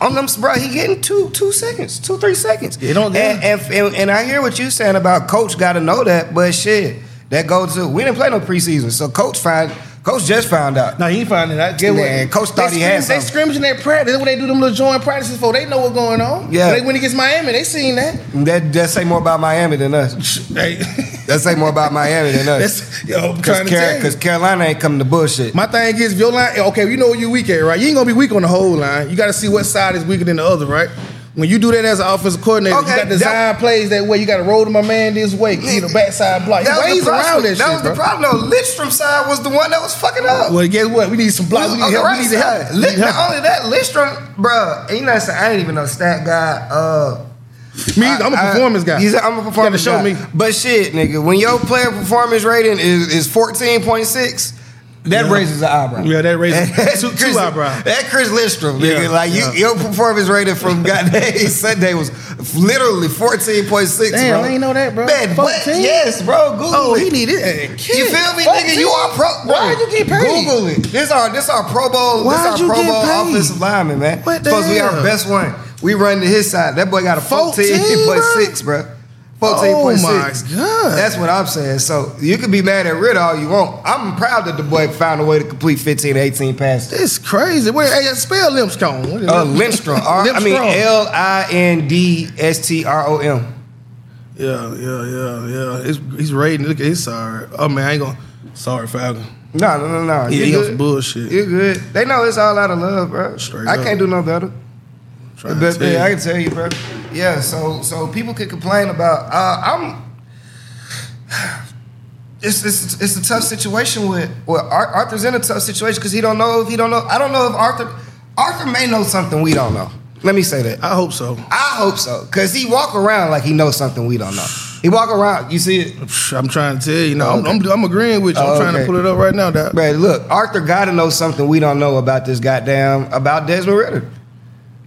Speaker 1: On them, bro, he getting two, two seconds, two, three seconds.
Speaker 2: It don't
Speaker 1: and, and, and, and I hear what you saying about coach got to know that, but shit, that goes to we didn't play no preseason, so coach find coach just found out.
Speaker 2: No, he ain't finding that. Get
Speaker 1: Man, coach thought
Speaker 2: they
Speaker 1: he had
Speaker 2: scrim- They
Speaker 1: something.
Speaker 2: scrimmaging their practice. That's what they do them little joint practices for. They know what's going on.
Speaker 1: Yeah.
Speaker 2: They, when it gets Miami, they seen that.
Speaker 1: That that say more about Miami than us.
Speaker 2: Hey,
Speaker 1: That say more about Miami than us.
Speaker 2: that's yo. I'm
Speaker 1: Because
Speaker 2: trying to tell you.
Speaker 1: Carolina ain't coming to bullshit.
Speaker 2: My thing is, if your line, okay, you know you weak at, right? You ain't gonna be weak on the whole line. You got to see what side is weaker than the other, right? When you do that as an offensive coordinator,
Speaker 1: Okay,
Speaker 2: you got to design
Speaker 1: that-
Speaker 2: plays that way. You got to roll to my man this way, get a backside block.
Speaker 1: that was
Speaker 2: He ways
Speaker 1: the
Speaker 2: around
Speaker 1: problem.
Speaker 2: that, shit,
Speaker 1: was
Speaker 2: bro.
Speaker 1: the problem. though. Lidstrom side was the one that was fucking up.
Speaker 2: Well, guess what? We need some blocks. We need
Speaker 1: on the
Speaker 2: help.
Speaker 1: right
Speaker 2: We need help.
Speaker 1: side.
Speaker 2: We
Speaker 1: Li-
Speaker 2: need help.
Speaker 1: Not only that, Lidstrom, bruh, and you know what I'm saying? I ain't even no stat guy. Uh,
Speaker 2: Me, either. I'm a
Speaker 1: I- I-
Speaker 2: performance guy.
Speaker 1: He's a, I'm a performance
Speaker 2: You gotta show
Speaker 1: guy.
Speaker 2: me.
Speaker 1: But shit, nigga, when your player performance rating is, is 14.6, that
Speaker 2: Yeah.
Speaker 1: raises an eyebrow.
Speaker 2: Yeah, that raises
Speaker 1: That's
Speaker 2: two,
Speaker 1: Chris-
Speaker 2: two eyebrows.
Speaker 1: That Chris Lindstrom, nigga.
Speaker 2: Yeah,
Speaker 1: Like, you,
Speaker 2: yeah.
Speaker 1: your performance rating from goddamn Sunday was literally 14.6, bro.
Speaker 2: Damn, I ain't know that, bro.
Speaker 1: Man, what?
Speaker 2: 14?
Speaker 1: Yes, bro. Google
Speaker 2: Oh,
Speaker 1: it.
Speaker 2: he need it.
Speaker 1: You feel me, nigga? You are pro. Bro.
Speaker 2: Why you get paid?
Speaker 1: Google it. This our this our Pro Bowl.
Speaker 2: Why'd
Speaker 1: this
Speaker 2: you
Speaker 1: our Pro
Speaker 2: get
Speaker 1: Bowl
Speaker 2: paid?
Speaker 1: offensive lineman, man.
Speaker 2: What the
Speaker 1: Supposed to be our
Speaker 2: hell?
Speaker 1: best one. We run to his side. That boy got a
Speaker 2: 14,
Speaker 1: fourteen point six, bro. Fourteen point six.
Speaker 2: Oh, my God.
Speaker 1: That's what I'm saying. So you can be mad at Ritter all you want. I'm proud that the boy found a way to complete 15 to 18 passes.
Speaker 2: It's crazy. Where hey, spell Limpscomb? What is
Speaker 1: Uh,
Speaker 2: it?
Speaker 1: Lindstrom. R- I mean
Speaker 2: Lindstrom.
Speaker 1: L I N D S T R O M.
Speaker 2: Yeah, yeah, yeah, yeah. It's, he's raiding. Look, he's sorry. Oh man, I ain't gonna. Sorry, Falcon.
Speaker 1: No, no, no, no.
Speaker 2: Yeah,
Speaker 1: You
Speaker 2: he on
Speaker 1: good?
Speaker 2: some bullshit.
Speaker 1: You good? They know it's all out of love, bro.
Speaker 2: Straight
Speaker 1: I
Speaker 2: up.
Speaker 1: can't do no better.
Speaker 2: Trying to
Speaker 1: The best
Speaker 2: tell
Speaker 1: thing
Speaker 2: you.
Speaker 1: I can tell you, bro. Yeah, so so people could complain about. Uh, I'm. It's, it's it's a tough situation with well Ar- Arthur's in a tough situation because he don't know if he don't know I don't know if Arthur Arthur may know something we don't know. Let me say that.
Speaker 2: I hope so.
Speaker 1: I hope so because he walk around like he knows something we don't know. He walk around. You see it,
Speaker 2: Psh, I'm trying to tell you. No, I'm,
Speaker 1: Okay.
Speaker 2: I'm, I'm agreeing with you. I'm
Speaker 1: Oh,
Speaker 2: trying
Speaker 1: okay.
Speaker 2: to pull it up right now, Doc.
Speaker 1: Bro, look, Arthur gotta know something we don't know about this goddamn about Desmond Ritter.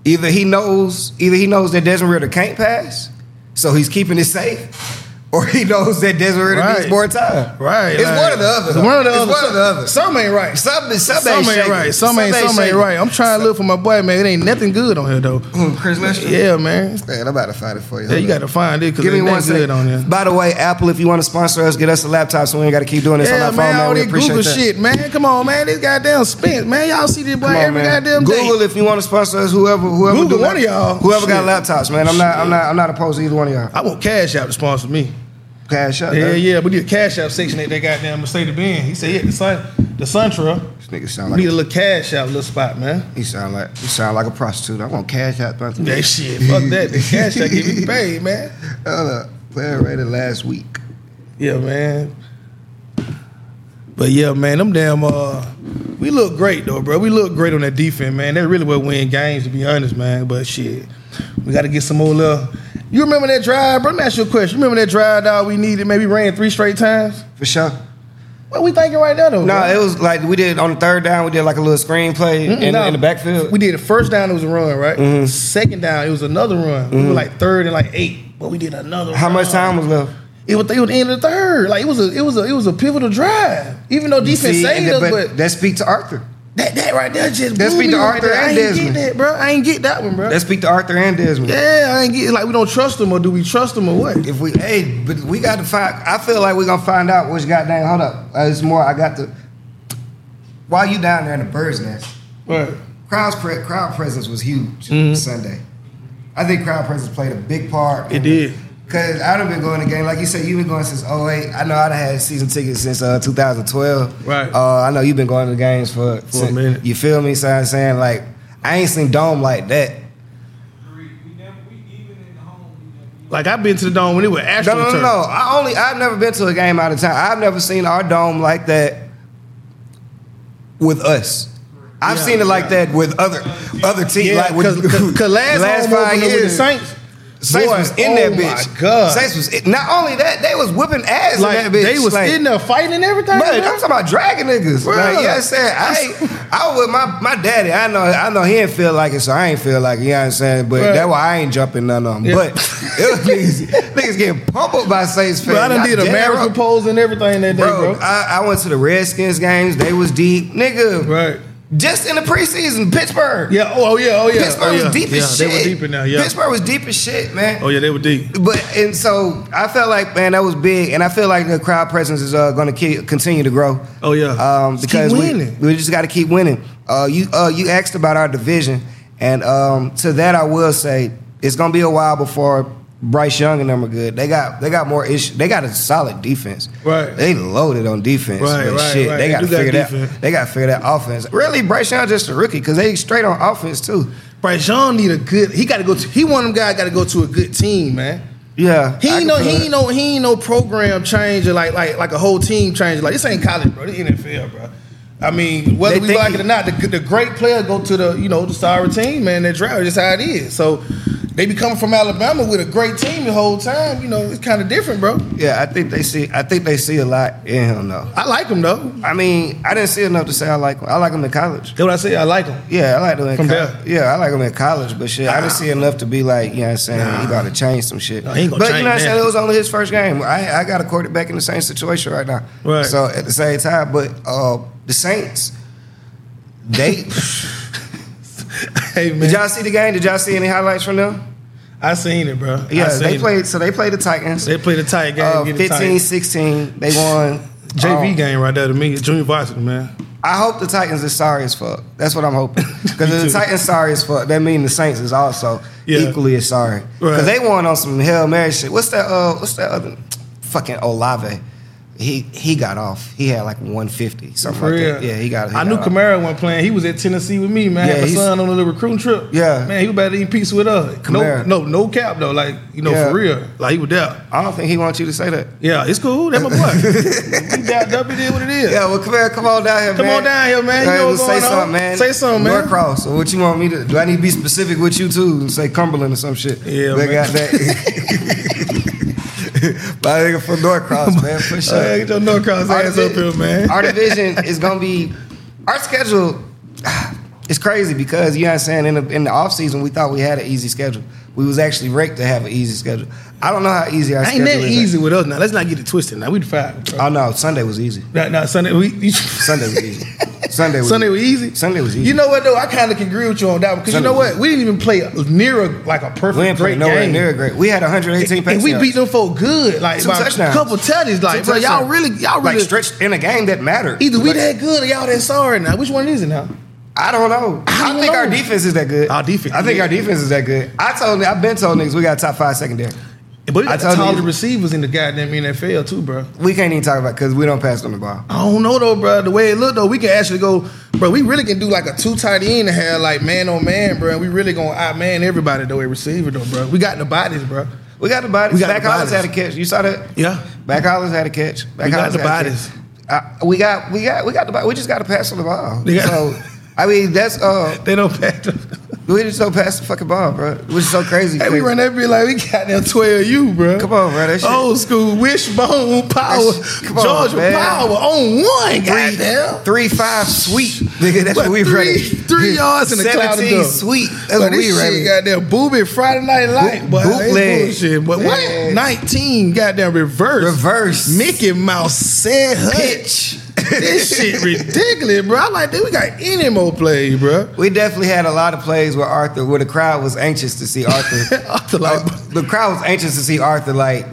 Speaker 1: Either he knows, either he knows that Desmond Ritter can't pass, so he's keeping it safe, or he knows that Desmond Ritter needs
Speaker 2: Right.
Speaker 1: more time.
Speaker 2: Right.
Speaker 1: It's
Speaker 2: like-
Speaker 1: one or the other.
Speaker 2: It's
Speaker 1: though.
Speaker 2: one or the
Speaker 1: It's
Speaker 2: other.
Speaker 1: one or the other.
Speaker 2: Some ain't right.
Speaker 1: Some, some,
Speaker 2: Some ain't,
Speaker 1: shaking.
Speaker 2: right. Some ain't. Some ain't
Speaker 1: shaking.
Speaker 2: right. I'm trying to look for my boy, man. It ain't nothing good on here though.
Speaker 1: Who, Chris Lester.
Speaker 2: Yeah, man.
Speaker 1: Man, I'm about to fight it for you.
Speaker 2: Yeah,
Speaker 1: Hold
Speaker 2: you
Speaker 1: up.
Speaker 2: got to find it because
Speaker 1: Give
Speaker 2: it
Speaker 1: me
Speaker 2: ain't
Speaker 1: one
Speaker 2: that good
Speaker 1: second.
Speaker 2: on here.
Speaker 1: By the way, Apple, if you want to sponsor us, get us a laptop so we ain't got to keep doing this on
Speaker 2: Yeah,
Speaker 1: our phone,
Speaker 2: man,
Speaker 1: man.
Speaker 2: all
Speaker 1: We
Speaker 2: that
Speaker 1: appreciate
Speaker 2: Google
Speaker 1: that.
Speaker 2: shit, man. Come on, man. This goddamn Spence, man. Y'all see this boy
Speaker 1: Come on,
Speaker 2: every
Speaker 1: man.
Speaker 2: goddamn day.
Speaker 1: Google if you want to sponsor us. Whoever, whoever,
Speaker 2: Google
Speaker 1: do
Speaker 2: one of y'all.
Speaker 1: Whoever got
Speaker 2: Shit.
Speaker 1: laptops, man. I'm not, I'm not, I'm not opposed to either one of y'all.
Speaker 2: I want Cash App to sponsor me.
Speaker 1: Cash up.
Speaker 2: Yeah,
Speaker 1: man.
Speaker 2: yeah. We need a Cash App section at that goddamn Mercedes Benz. He said, yeah, the sun, the Suntra.
Speaker 1: This nigga sound
Speaker 2: We need a
Speaker 1: like.
Speaker 2: little Cash App little spot, man.
Speaker 1: He sound like he sound like a prostitute. I want cash out. Hold
Speaker 2: That shit, fuck that. The Cash App get me paid, man.
Speaker 1: up. Player rated last week.
Speaker 2: Yeah, man. But yeah, man, them damn uh we look great though, bro. We look great on that defense, man. That really what win games to be honest, man. But shit. We gotta get some more little you remember that drive, bro? Let me ask you a question. You remember that drive dog we needed? Maybe ran three straight times?
Speaker 1: For sure.
Speaker 2: What we thinking right now though?
Speaker 1: No,
Speaker 2: bro?
Speaker 1: it was like we did on the third down. We did like a little screenplay in,
Speaker 2: no.
Speaker 1: in the backfield. Mm-hmm.
Speaker 2: We did the first down, it was a run, right? Second down, it was another run. We were like third and like eight, but we did another
Speaker 1: How much
Speaker 2: run.
Speaker 1: time was left?
Speaker 2: It was, it was the end of the third. Like it was a it was a it was a pivotal drive. Even though defense
Speaker 1: See,
Speaker 2: saved
Speaker 1: and-
Speaker 2: us, but
Speaker 1: that speak to Arthur.
Speaker 2: That that right there just
Speaker 1: That's
Speaker 2: blew
Speaker 1: beat
Speaker 2: me
Speaker 1: the
Speaker 2: right
Speaker 1: Arthur
Speaker 2: there. I
Speaker 1: and
Speaker 2: ain't
Speaker 1: Desmond.
Speaker 2: get that, bro. I ain't get that one, bro.
Speaker 1: That speak to Arthur and Desmond.
Speaker 2: yeah, I ain't get like we don't trust them or do we trust them or what?
Speaker 1: If we, hey, but we got to find. I feel like we're gonna find out which goddamn. Hold up, Uh, it's more. I got the. While you down there in the bird's nest,
Speaker 2: Right.
Speaker 1: crowd's pre- crowd presence was huge
Speaker 2: Mm-hmm.
Speaker 1: Sunday. I think crowd presence played a big part.
Speaker 2: It did.
Speaker 1: Cause I done been going to game like you said. You've been going since 08. I know I done had season tickets since uh, 2012.
Speaker 2: Right.
Speaker 1: Uh, I know you've been going to games for,
Speaker 2: For a minute.
Speaker 1: You feel me? So I'm saying like I ain't seen dome like that.
Speaker 3: We never, we even in the home, we never
Speaker 2: Like I've been to the dome when it was
Speaker 1: No,
Speaker 2: Astro
Speaker 1: no, no, no. I only I've never been to a game out of town. I've never seen our dome like that with us. I've
Speaker 2: Yeah,
Speaker 1: seen it like that with other other teams.
Speaker 2: Yeah,
Speaker 1: like with-
Speaker 2: because last,
Speaker 1: last
Speaker 2: home
Speaker 1: five
Speaker 2: opener with
Speaker 1: years,
Speaker 2: the Saints,
Speaker 1: Saints
Speaker 2: boy,
Speaker 1: was in that
Speaker 2: oh
Speaker 1: bitch.
Speaker 2: My God,
Speaker 1: Saints was in- not only that they was whipping ass
Speaker 2: like
Speaker 1: in that bitch.
Speaker 2: they was
Speaker 1: like,
Speaker 2: in there fighting and everything.
Speaker 1: But I'm
Speaker 2: man.
Speaker 1: talking about dragging niggas.
Speaker 2: Bruh.
Speaker 1: Like, you know what I'm saying? I, ain't- I with my, my daddy, I know I know he ain't feel like it, so I ain't feel like it, you know what I'm saying? But
Speaker 2: Bruh.
Speaker 1: that's why I ain't jumping none of them.
Speaker 2: Yeah.
Speaker 1: But it was niggas, niggas getting pummeled by Saints fans.
Speaker 2: Bro, I done did
Speaker 1: Goddamn,
Speaker 2: American pose and everything that day,
Speaker 1: Bro,
Speaker 2: bro.
Speaker 1: I, I went to the Redskins games. They was deep. Nigga,
Speaker 2: Right.
Speaker 1: just in the preseason, Pittsburgh.
Speaker 2: Yeah. Oh, oh, yeah. Oh, yeah.
Speaker 1: Pittsburgh
Speaker 2: oh, yeah.
Speaker 1: was deep
Speaker 2: yeah,
Speaker 1: as shit.
Speaker 2: They were deep in there. Yeah.
Speaker 1: Pittsburgh was deep as shit, man.
Speaker 2: Oh yeah, they were deep.
Speaker 1: But and so I felt like man that was big, and I feel like the crowd presence is uh, going to continue to grow.
Speaker 2: Oh, yeah.
Speaker 1: um,
Speaker 2: Just keep
Speaker 1: because we,
Speaker 2: winning.
Speaker 1: we just got to keep winning. Uh, you uh, you asked about our division, and um, to that I will say it's going to be a while before Bryce Young and them are good. They got they got more issues. They got a solid defense.
Speaker 2: Right.
Speaker 1: They loaded on defense.
Speaker 2: Right,
Speaker 1: but
Speaker 2: right,
Speaker 1: shit,
Speaker 2: right.
Speaker 1: They
Speaker 2: They
Speaker 1: got to
Speaker 2: do got
Speaker 1: figure that.
Speaker 2: defense.
Speaker 1: They got to figure that offense. Really, Bryce Young just a rookie because they straight on offense too.
Speaker 2: Bryce Young need a good. He got to go. To, he one of them guys got to go to a good team, man.
Speaker 1: Yeah.
Speaker 2: He
Speaker 1: I can
Speaker 2: ain't no.
Speaker 1: feel
Speaker 2: He
Speaker 1: that.
Speaker 2: ain't no. He ain't no program changer like like like a whole team changer. Like this ain't college, bro. This NFL, bro. I mean, whether
Speaker 1: They
Speaker 2: we
Speaker 1: think
Speaker 2: like
Speaker 1: he-
Speaker 2: it or not, the, the great player go to the you know the star team, man. That draft is how it is. So they be coming from Alabama with a great team the whole time. You know, it's kind of different, bro.
Speaker 1: Yeah, I think they see. I think they see a lot in him though.
Speaker 2: I like him though.
Speaker 1: I mean, I didn't see enough to say I like him. I like him in college.
Speaker 2: That's what I say. I like him.
Speaker 1: Yeah, I like him in
Speaker 2: From
Speaker 1: college.
Speaker 2: there?
Speaker 1: Yeah, I like him in college, but shit, I didn't see enough to be like, you know what I'm saying, he about to change some shit.
Speaker 2: he ain't gonna
Speaker 1: but you
Speaker 2: change
Speaker 1: know what I'm saying,
Speaker 2: that.
Speaker 1: it was only his first game. I, I got a quarterback in the same situation right now.
Speaker 2: Right.
Speaker 1: So at the same time, but uh, the Saints, they
Speaker 2: hey
Speaker 1: did
Speaker 2: man,
Speaker 1: y'all see the game? Did y'all see any highlights from them?
Speaker 2: I seen it, bro. I
Speaker 1: Yeah,
Speaker 2: seen
Speaker 1: they
Speaker 2: it.
Speaker 1: played. So they played the Titans.
Speaker 2: They played a tight game.
Speaker 1: Uh,
Speaker 2: get it tight.
Speaker 1: 15-16. They won.
Speaker 2: JV
Speaker 1: um,
Speaker 2: game right there to me, junior varsity, man.
Speaker 1: I hope the Titans is sorry as fuck. That's what I'm hoping. Because
Speaker 2: Me
Speaker 1: if
Speaker 2: too.
Speaker 1: the Titans sorry as fuck, that means the Saints is also
Speaker 2: Yeah.
Speaker 1: equally as sorry.
Speaker 2: Right.
Speaker 1: Because they won on some Hail Mary shit. What's that? Uh, what's that other fucking Olave? He he got off. He had like 150 something like that. Yeah, he got. He
Speaker 2: I knew
Speaker 1: got off.
Speaker 2: Kamara wasn't playing. He was at Tennessee with me, man.
Speaker 1: Yeah,
Speaker 2: Yeah, my
Speaker 1: he's-
Speaker 2: son on a little recruiting trip.
Speaker 1: Yeah.
Speaker 2: man, he was about to eat pizza with us.
Speaker 1: Kamara.
Speaker 2: No, no, no cap though. Like you know,
Speaker 1: Yeah.
Speaker 2: for real. Like he was there.
Speaker 1: I don't think he wants you to say that.
Speaker 2: Yeah, it's cool. That's my boy. he dapped up. It is what it is.
Speaker 1: Yeah, well, come here, come on down here,
Speaker 2: Come
Speaker 1: man.
Speaker 2: on down here, man. You
Speaker 1: Hey,
Speaker 2: know what's
Speaker 1: well, say
Speaker 2: going on.
Speaker 1: something, man.
Speaker 2: Say something, man.
Speaker 1: Norcross. So what you want me to? Do I need to be specific with you too and say Cumberland or some shit?
Speaker 2: Yeah,
Speaker 1: they
Speaker 2: man.
Speaker 1: got that. My nigga from Norcross, man, for sure.
Speaker 2: Uh, get your Norcross
Speaker 1: Our
Speaker 2: ass up
Speaker 1: divi-
Speaker 2: here, man.
Speaker 1: Our division is gonna be our schedule. It's crazy because you know what I'm saying. In the in the off season, we thought we had an easy schedule. We was actually raked to have an easy schedule. I don't know how easy our
Speaker 2: Ain't
Speaker 1: schedule
Speaker 2: that
Speaker 1: is.
Speaker 2: easy with us now? Let's not get it twisted. Now we the five. Bro.
Speaker 1: Oh no, Sunday was easy.
Speaker 2: Now, now Sunday, we,
Speaker 1: Sunday was easy. Sunday was
Speaker 2: Sunday was easy.
Speaker 1: Sunday was easy.
Speaker 2: You know what though? I kind of can agree with you on that because you
Speaker 1: Sunday
Speaker 2: know
Speaker 1: was
Speaker 2: what? We didn't even play near a, like a perfect
Speaker 1: We ain't
Speaker 2: great
Speaker 1: playing nowhere
Speaker 2: game.
Speaker 1: near a great. We had 118 passing
Speaker 2: and we
Speaker 1: yards.
Speaker 2: beat them for good, like
Speaker 1: Two
Speaker 2: by a
Speaker 1: touchdowns.
Speaker 2: couple tutties. Like,
Speaker 1: Two
Speaker 2: bro, y'all
Speaker 1: touchdowns.
Speaker 2: really, y'all
Speaker 1: like
Speaker 2: really.
Speaker 1: stretched in a game that mattered.
Speaker 2: either we
Speaker 1: Like,
Speaker 2: that good or y'all that sorry now. Which one is it now?
Speaker 1: I don't know.
Speaker 2: I
Speaker 1: I,
Speaker 2: don't
Speaker 1: think our
Speaker 2: know.
Speaker 1: defense is that good.
Speaker 2: Our defense,
Speaker 1: I think
Speaker 2: yeah.
Speaker 1: our defense is that good. I told. I've been told niggas we got top five secondary.
Speaker 2: But we
Speaker 1: I
Speaker 2: got the
Speaker 1: told you-
Speaker 2: taller receivers in the goddamn NFL too, bro.
Speaker 1: We can't even talk about because we don't pass them the ball.
Speaker 2: I don't know though, bro. The way it look though, we can actually go, bro. We really can do like a two tight end and have like man on man, bro. And we really gonna outman everybody though, a receiver though, bro. We got the bodies, bro.
Speaker 1: We got the bodies.
Speaker 2: We got
Speaker 1: Back
Speaker 2: the
Speaker 1: Hollins
Speaker 2: bodies.
Speaker 1: had a catch. You saw that?
Speaker 2: Yeah.
Speaker 1: Back Hollins had a catch. Back
Speaker 2: We got
Speaker 1: Hollins
Speaker 2: the
Speaker 1: had a
Speaker 2: bodies.
Speaker 1: catch. Uh, we got we got we got the body. We just got to pass on the ball.
Speaker 2: Yeah.
Speaker 1: So I mean that's uh
Speaker 2: They don't pass. them.
Speaker 1: we just don't pass the fucking ball, bro. Which is so crazy.
Speaker 2: Hey, we run that bit like we got them twelve U, bro.
Speaker 1: Come on, bro. That shit-
Speaker 2: Old school wishbone power,
Speaker 1: That shit- come on,
Speaker 2: Georgia
Speaker 1: man.
Speaker 2: power on one.
Speaker 1: three,
Speaker 2: Goddamn.
Speaker 1: three five sweep, nigga. That's what,
Speaker 2: What,
Speaker 1: we
Speaker 2: three-
Speaker 1: running.
Speaker 2: three yards in a cloud of
Speaker 1: seventeen
Speaker 2: dust.
Speaker 1: sweep. That's
Speaker 2: But
Speaker 1: what we
Speaker 2: this
Speaker 1: running.
Speaker 2: shit goddamn boobie Friday Night Light, boy. That's
Speaker 1: bootleg.
Speaker 2: bullshit. But what?
Speaker 1: Man.
Speaker 2: 19 goddamn reverse.
Speaker 1: Reverse.
Speaker 2: Mickey Mouse said hitch. this shit ridiculous, bro. I like that. We got any more plays, bro.
Speaker 1: We definitely had a lot of plays where Arthur, where the crowd was anxious to see Arthur.
Speaker 2: Arthur like-
Speaker 1: Uh, the crowd was anxious to see Arthur like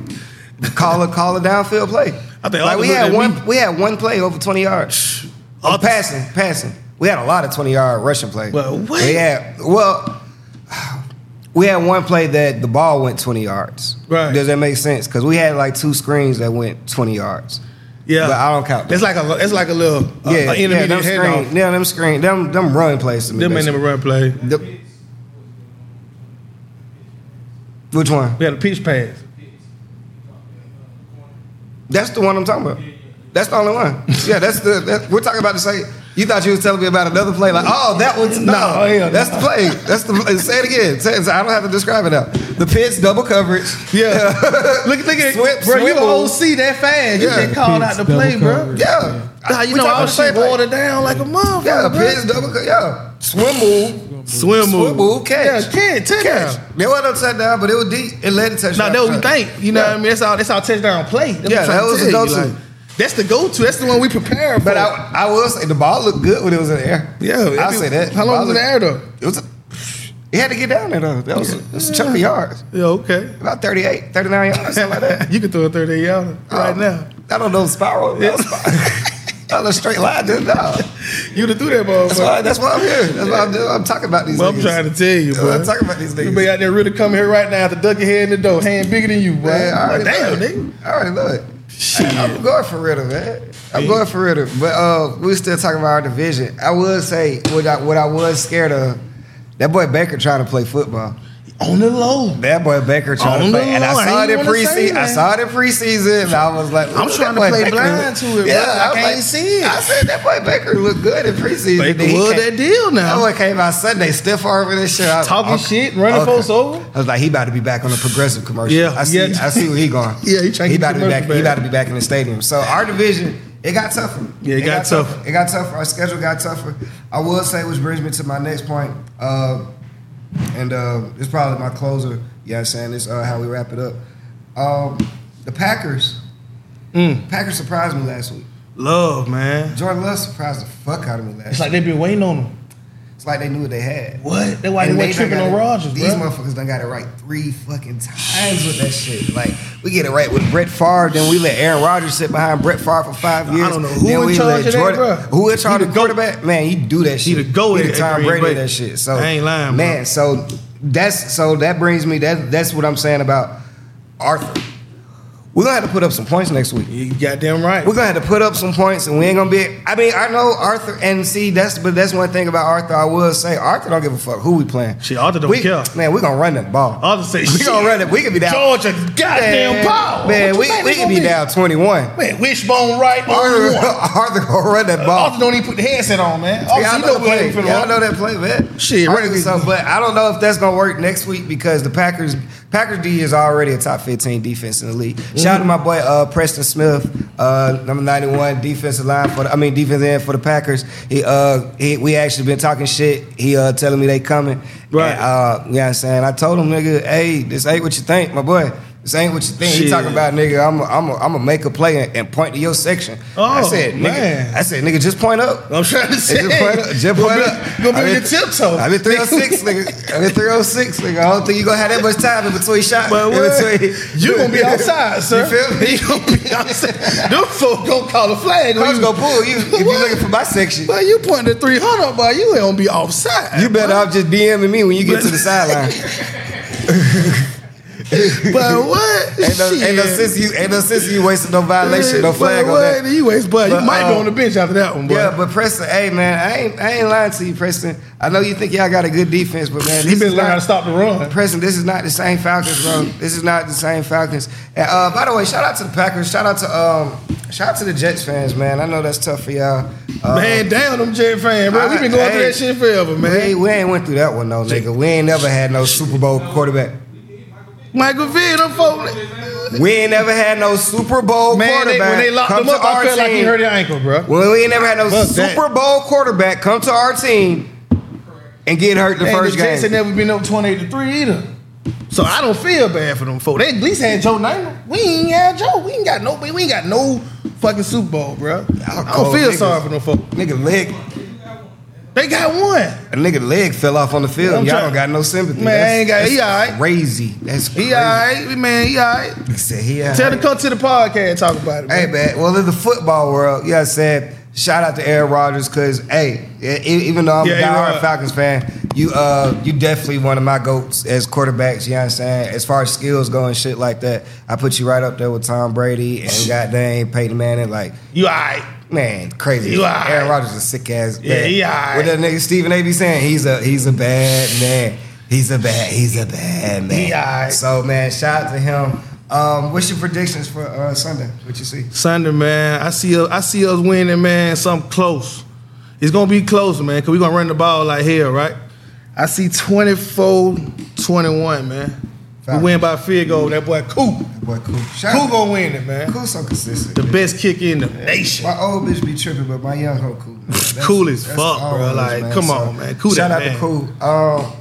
Speaker 1: call a call a downfield play.
Speaker 2: I
Speaker 1: like
Speaker 2: think Arthur
Speaker 1: we
Speaker 2: looked
Speaker 1: had
Speaker 2: at
Speaker 1: one
Speaker 2: me.
Speaker 1: we had one play over twenty yards. Oh,
Speaker 2: Arthur-
Speaker 1: passing, passing. We had a lot of twenty yard rushing plays.
Speaker 2: Well, what?
Speaker 1: We had well, we had one play that the ball went twenty yards.
Speaker 2: Right.
Speaker 1: Does that make sense? Because we had like two screens that went twenty yards.
Speaker 2: Yeah.
Speaker 1: But I don't count.
Speaker 2: It's like a it's like a little uh,
Speaker 1: yeah,
Speaker 2: yeah, enemy
Speaker 1: yeah, them
Speaker 2: that head
Speaker 1: screen,
Speaker 2: off.
Speaker 1: yeah, them screen, them them run plays to me.
Speaker 2: Them ain't
Speaker 1: basically.
Speaker 2: never run play.
Speaker 1: The- Which one?
Speaker 2: We had a pitch pass.
Speaker 1: That's the one I'm talking about. That's the only one. Yeah, that's the that, we're talking about the same. You thought you was telling me about another play, like, oh, that one's no.
Speaker 2: No, hell
Speaker 1: that's the play. That's the. play. Say it again. Say it, I don't have to describe it now. The pitch, double coverage.
Speaker 2: Yeah. look, look at
Speaker 1: Swip,
Speaker 2: bro.
Speaker 1: swimble.
Speaker 2: You don't see that fast. You
Speaker 1: Yeah.
Speaker 2: just called out
Speaker 3: Pitch,
Speaker 2: the
Speaker 3: double
Speaker 2: play, bro.
Speaker 3: coverage.
Speaker 1: Yeah.
Speaker 2: Nah, you
Speaker 1: We talking
Speaker 2: know all
Speaker 1: about the same
Speaker 2: shit
Speaker 1: play.
Speaker 2: watered down like a motherfucker.
Speaker 1: Yeah,
Speaker 2: bro.
Speaker 1: pitch, double. co- Yeah, swim move,
Speaker 2: swim
Speaker 1: swim move, catch.
Speaker 2: Yeah, catch, touchdown.
Speaker 1: There wasn't no touchdown, but it was deep. It led to
Speaker 2: Now
Speaker 1: touchdown.
Speaker 2: that what we think, you know
Speaker 1: Yeah.
Speaker 2: what I mean? That's our that's our touchdown play. That's
Speaker 1: Yeah,
Speaker 2: what I'm
Speaker 1: that was the
Speaker 2: trying to tell you,
Speaker 1: go-to.
Speaker 2: that's the go-to. That's the one we prepare
Speaker 1: But
Speaker 2: for.
Speaker 1: I, I will say the ball looked good when it was in the air.
Speaker 2: yeah,
Speaker 1: I'll
Speaker 2: it be-
Speaker 1: say that.
Speaker 2: How
Speaker 1: The ball
Speaker 2: long was it
Speaker 1: looked-
Speaker 2: there though?
Speaker 1: It was. A, it had to get down there though. That was, it was a chunk of yards.
Speaker 2: Yeah, okay.
Speaker 1: About 38, 39 yards, something like that.
Speaker 2: you can throw a 38 yarder right
Speaker 1: Um,
Speaker 2: now.
Speaker 1: I don't know spiral. That was that was a straight line, didn't know.
Speaker 2: You would have threw that motherfucker.
Speaker 1: That's why, that's why I'm here. That's why I'm, doing. I'm talking about these
Speaker 2: Well, I'm
Speaker 1: niggas.
Speaker 2: trying to tell you,
Speaker 1: That's why I'm
Speaker 2: bro.
Speaker 1: talking about these
Speaker 2: You
Speaker 1: niggas.
Speaker 2: be out there really coming here right now to duck your head in the door, hand bigger than you, bro.
Speaker 1: Man, I already know
Speaker 2: damn,
Speaker 1: it.
Speaker 2: nigga.
Speaker 1: I already know it.
Speaker 2: Shit.
Speaker 1: I'm going for Ritter, man. I'm going for Ritter. But uh, we're still talking about our division. I would say what I, what I was scared of, that boy Baker trying to play football.
Speaker 2: On the low.
Speaker 1: That boy Baker trying
Speaker 2: Oh,
Speaker 1: to play. And I
Speaker 2: Lord,
Speaker 1: saw
Speaker 2: I
Speaker 1: it in
Speaker 2: ain't wanna say
Speaker 1: preseason. I
Speaker 2: that.
Speaker 1: saw it in preseason. And I was like,
Speaker 2: I'm
Speaker 1: "Ooh, that
Speaker 2: trying to
Speaker 1: boy
Speaker 2: play
Speaker 1: Baker
Speaker 2: blind
Speaker 1: look-"
Speaker 2: to it, bro. I
Speaker 1: was
Speaker 2: can't see it.
Speaker 1: I said that boy Baker looked good in preseason.
Speaker 2: Baker
Speaker 1: Then he
Speaker 2: was
Speaker 1: came-
Speaker 2: that deal
Speaker 1: That
Speaker 2: now.
Speaker 1: boy came out Sunday, stiff arm and shit. I was
Speaker 2: Uh-huh. Talking
Speaker 1: like,
Speaker 2: shit, running folks over.
Speaker 1: I was like, he about to be back on a progressive commercial.
Speaker 2: Yeah,
Speaker 1: I see.
Speaker 2: yeah.
Speaker 1: I see where he going.
Speaker 2: Yeah, he trying to get
Speaker 1: about to be
Speaker 2: commercial
Speaker 1: back. He
Speaker 2: back.
Speaker 1: about to be back in the stadium. So our division, it got tougher.
Speaker 2: Yeah, it got
Speaker 1: It got tougher. Our schedule got tougher. I will say, which brings me to my next point, uh, and uh, it's probably my closer. You know what I'm saying? This uh, how we wrap it up. Um, the Packers.
Speaker 2: Mm.
Speaker 1: Packers surprised me last week.
Speaker 2: Love, man.
Speaker 1: Jordan Love surprised the fuck out of me last
Speaker 2: It's
Speaker 1: week.
Speaker 2: like they've been waiting on him.
Speaker 1: It's like they knew what they had.
Speaker 2: What? That's why they
Speaker 1: And
Speaker 2: went
Speaker 1: they done
Speaker 2: tripping on
Speaker 1: got it-
Speaker 2: Rogers,
Speaker 1: These
Speaker 2: bro.
Speaker 1: motherfuckers done got it right three fucking times with that shit. Like, we get it right with Brett Favre, then we let Aaron Rodgers sit behind Brett Favre for five years.
Speaker 2: don't know who
Speaker 1: then
Speaker 2: in
Speaker 1: we
Speaker 2: charge
Speaker 1: let
Speaker 2: of that,
Speaker 1: Jordan,
Speaker 2: bro.
Speaker 1: Who in charge
Speaker 2: He
Speaker 1: of
Speaker 2: the
Speaker 1: the quarterback? Man, he do that shit.
Speaker 2: the GOAT
Speaker 1: He the
Speaker 2: at- at
Speaker 1: Tom
Speaker 2: Green
Speaker 1: Brady of
Speaker 2: Bay.
Speaker 1: that shit. So
Speaker 2: I ain't lying, bro.
Speaker 1: Man, so that's so that brings me that that's what I'm saying about Arthur. We're gonna have to put up some points next week.
Speaker 2: You goddamn right.
Speaker 1: We're gonna have to put up some points, and we ain't gonna be. I mean, I know Arthur, and see, that's but that's one thing about Arthur. I will say, Arthur don't give a fuck who we playing.
Speaker 2: Shit, Arthur don't
Speaker 1: we,
Speaker 2: care.
Speaker 1: Man, we gonna run that ball.
Speaker 2: I'll just say
Speaker 1: we
Speaker 2: shit.
Speaker 1: gonna run it. We can be down.
Speaker 2: Georgia, goddamn
Speaker 1: man,
Speaker 2: power.
Speaker 1: Man,
Speaker 2: What
Speaker 1: we,
Speaker 2: you think
Speaker 1: we
Speaker 2: they
Speaker 1: can
Speaker 2: gonna
Speaker 1: be down twenty one.
Speaker 2: Man, wishbone right on
Speaker 1: Arthur,
Speaker 2: one.
Speaker 1: Arthur gonna run that ball.
Speaker 2: Arthur don't even put the headset on, man.
Speaker 1: Y'all
Speaker 2: Arthur, you
Speaker 1: know,
Speaker 2: know
Speaker 1: that
Speaker 2: we
Speaker 1: play.
Speaker 2: ain't finna
Speaker 1: Y'all
Speaker 2: run.
Speaker 1: know that play, man.
Speaker 2: Shit,
Speaker 1: Honestly,
Speaker 2: really.
Speaker 1: so, but I don't know if that's gonna work next week because the Packers Packers D is already a top fifteen defense in the league. Shout out to my boy uh, Preston Smith, uh, number ninety one defensive line for the, I mean defense end for the Packers. He, uh, he we actually been talking shit. He uh, telling me they coming.
Speaker 2: Right.
Speaker 1: And, uh, you know what I'm saying? I told him, nigga, hey, this ain't what you think, my boy. This ain't what you think. He
Speaker 2: Shit.
Speaker 1: talking about, nigga. I'm, a, I'm, a, I'm gonna make a play and, and point to your section. I
Speaker 2: Oh,
Speaker 1: said, nigga.
Speaker 2: man.
Speaker 1: I said, nigga, just point up.
Speaker 2: I'm trying to say.
Speaker 1: Hey, just point up. Just
Speaker 2: Gonna
Speaker 1: point
Speaker 2: be-
Speaker 1: up.
Speaker 2: Gonna be
Speaker 1: I
Speaker 2: on your
Speaker 1: mean-
Speaker 2: tiptoe.
Speaker 1: I been 306, nigga. I been 306, nigga. I don't think you gonna have that much time in between shots.
Speaker 2: But
Speaker 1: in
Speaker 2: what?
Speaker 1: between-
Speaker 2: You gonna be outside, sir.
Speaker 1: You feel me?
Speaker 2: You gonna be outside. Them folk gonna call a flag. on
Speaker 1: Coach
Speaker 2: you.
Speaker 1: gonna pull you if you
Speaker 2: What?
Speaker 1: looking for my section.
Speaker 2: Boy, you pointing at 300, boy. You ain't gonna be offside.
Speaker 1: You better off just DMing me when you get to the sideline.
Speaker 2: But what?
Speaker 1: Ain't no,
Speaker 2: Shit.
Speaker 1: ain't no sense you ain't no sense you wasting no violation, no
Speaker 2: Boy,
Speaker 1: flag on
Speaker 2: what?
Speaker 1: that.
Speaker 2: You waste, boy. You
Speaker 1: But,
Speaker 2: might be
Speaker 1: uh,
Speaker 2: on the bench after that one, boy.
Speaker 1: Yeah, but Preston, hey man, I ain't I ain't lying to you, Preston. I know you think y'all got a good defense, but man,
Speaker 2: You
Speaker 1: this
Speaker 2: been
Speaker 1: is
Speaker 2: learning
Speaker 1: not-
Speaker 2: how to stop the run.
Speaker 1: Preston, this is not the same Falcons, bro. This is not the same Falcons. And, uh, by the way, shout out to the Packers. Shout out to um, shout out to the Jets fans, man. I know that's tough for y'all. Uh,
Speaker 2: man, damn them Jet fan, bro. We've been going through
Speaker 1: Hey.
Speaker 2: that shit forever,
Speaker 1: we
Speaker 2: man.
Speaker 1: ain't, we ain't went through that one though, nigga. We ain't never had no Super Bowl quarterback.
Speaker 2: Michael Vick, them folk.
Speaker 1: We ain't never had no Super Bowl
Speaker 2: Man, they,
Speaker 1: quarterback.
Speaker 2: when they locked
Speaker 1: come
Speaker 2: them
Speaker 1: to
Speaker 2: up, I
Speaker 1: our
Speaker 2: felt like he
Speaker 1: team.
Speaker 2: hurt your ankle, bro.
Speaker 1: Well, we ain't never had no
Speaker 2: Fuck that.
Speaker 1: Super Bowl quarterback come to our team and get hurt the
Speaker 2: And
Speaker 1: first
Speaker 2: the Jets
Speaker 1: game.
Speaker 2: had never been up 28 to 3 either. So I don't feel bad for them folk. They at least had Joe Namath. We ain't had Joe. We ain't got no we ain't got no fucking Super Bowl, bro. I don't
Speaker 1: cold
Speaker 2: feel
Speaker 1: niggas.
Speaker 2: sorry for them folk.
Speaker 1: Oh, Nigga leg,
Speaker 2: They got one.
Speaker 1: a nigga leg fell off on the field.
Speaker 2: I'm
Speaker 1: Y'all
Speaker 2: trying-
Speaker 1: don't got no sympathy.
Speaker 2: Man, I ain't got he all right.
Speaker 1: that's crazy. That's crazy.
Speaker 2: He all right, man, he all right.
Speaker 1: He said he all
Speaker 2: Tell
Speaker 1: right.
Speaker 2: them to come to the podcast and talk about it, man.
Speaker 1: Hey man, well in the football world, yeah, I said shout out to Aaron Rodgers because hey, e- even though I'm a
Speaker 2: Yeah,
Speaker 1: diehard
Speaker 2: A-Rod.
Speaker 1: Falcons fan, you uh you definitely one of my goats as quarterbacks. You know what I'm saying? As far as skills go and shit like that, I put you right up there with Tom Brady and goddamn Peyton Manning. Like
Speaker 2: You all right.
Speaker 1: man, crazy.
Speaker 2: You alright.
Speaker 1: Aaron Rodgers is a sick ass.
Speaker 2: Yeah,
Speaker 1: man.
Speaker 2: he alright.
Speaker 1: What that nigga Stephen A. be saying? He's a he's a bad man. He's a bad. He's a bad man.
Speaker 2: He alright.
Speaker 1: So man, shout out to him. Um, what's your predictions for uh, Sunday? What you see?
Speaker 2: Sunday, man. I see us, I see us winning, man. Something close. It's gonna be close, man, cause we're gonna run the ball like hell, right? I see 24-21, man. We
Speaker 1: Falcons.
Speaker 2: win by field goal. That boy Coop.
Speaker 1: Boy, cool. Shout
Speaker 2: Coop
Speaker 1: out.
Speaker 2: gonna win it, man.
Speaker 1: Cool, so consistent.
Speaker 2: The best kick in the nation.
Speaker 1: My old bitch be tripping, but my young hoe cool. That's-
Speaker 2: Cool as
Speaker 1: that's
Speaker 2: fuck,
Speaker 1: all
Speaker 2: bro.
Speaker 1: it is,
Speaker 2: Like, come on, man. Cool
Speaker 1: Shout
Speaker 2: that
Speaker 1: out to
Speaker 2: man.
Speaker 1: cool. Um,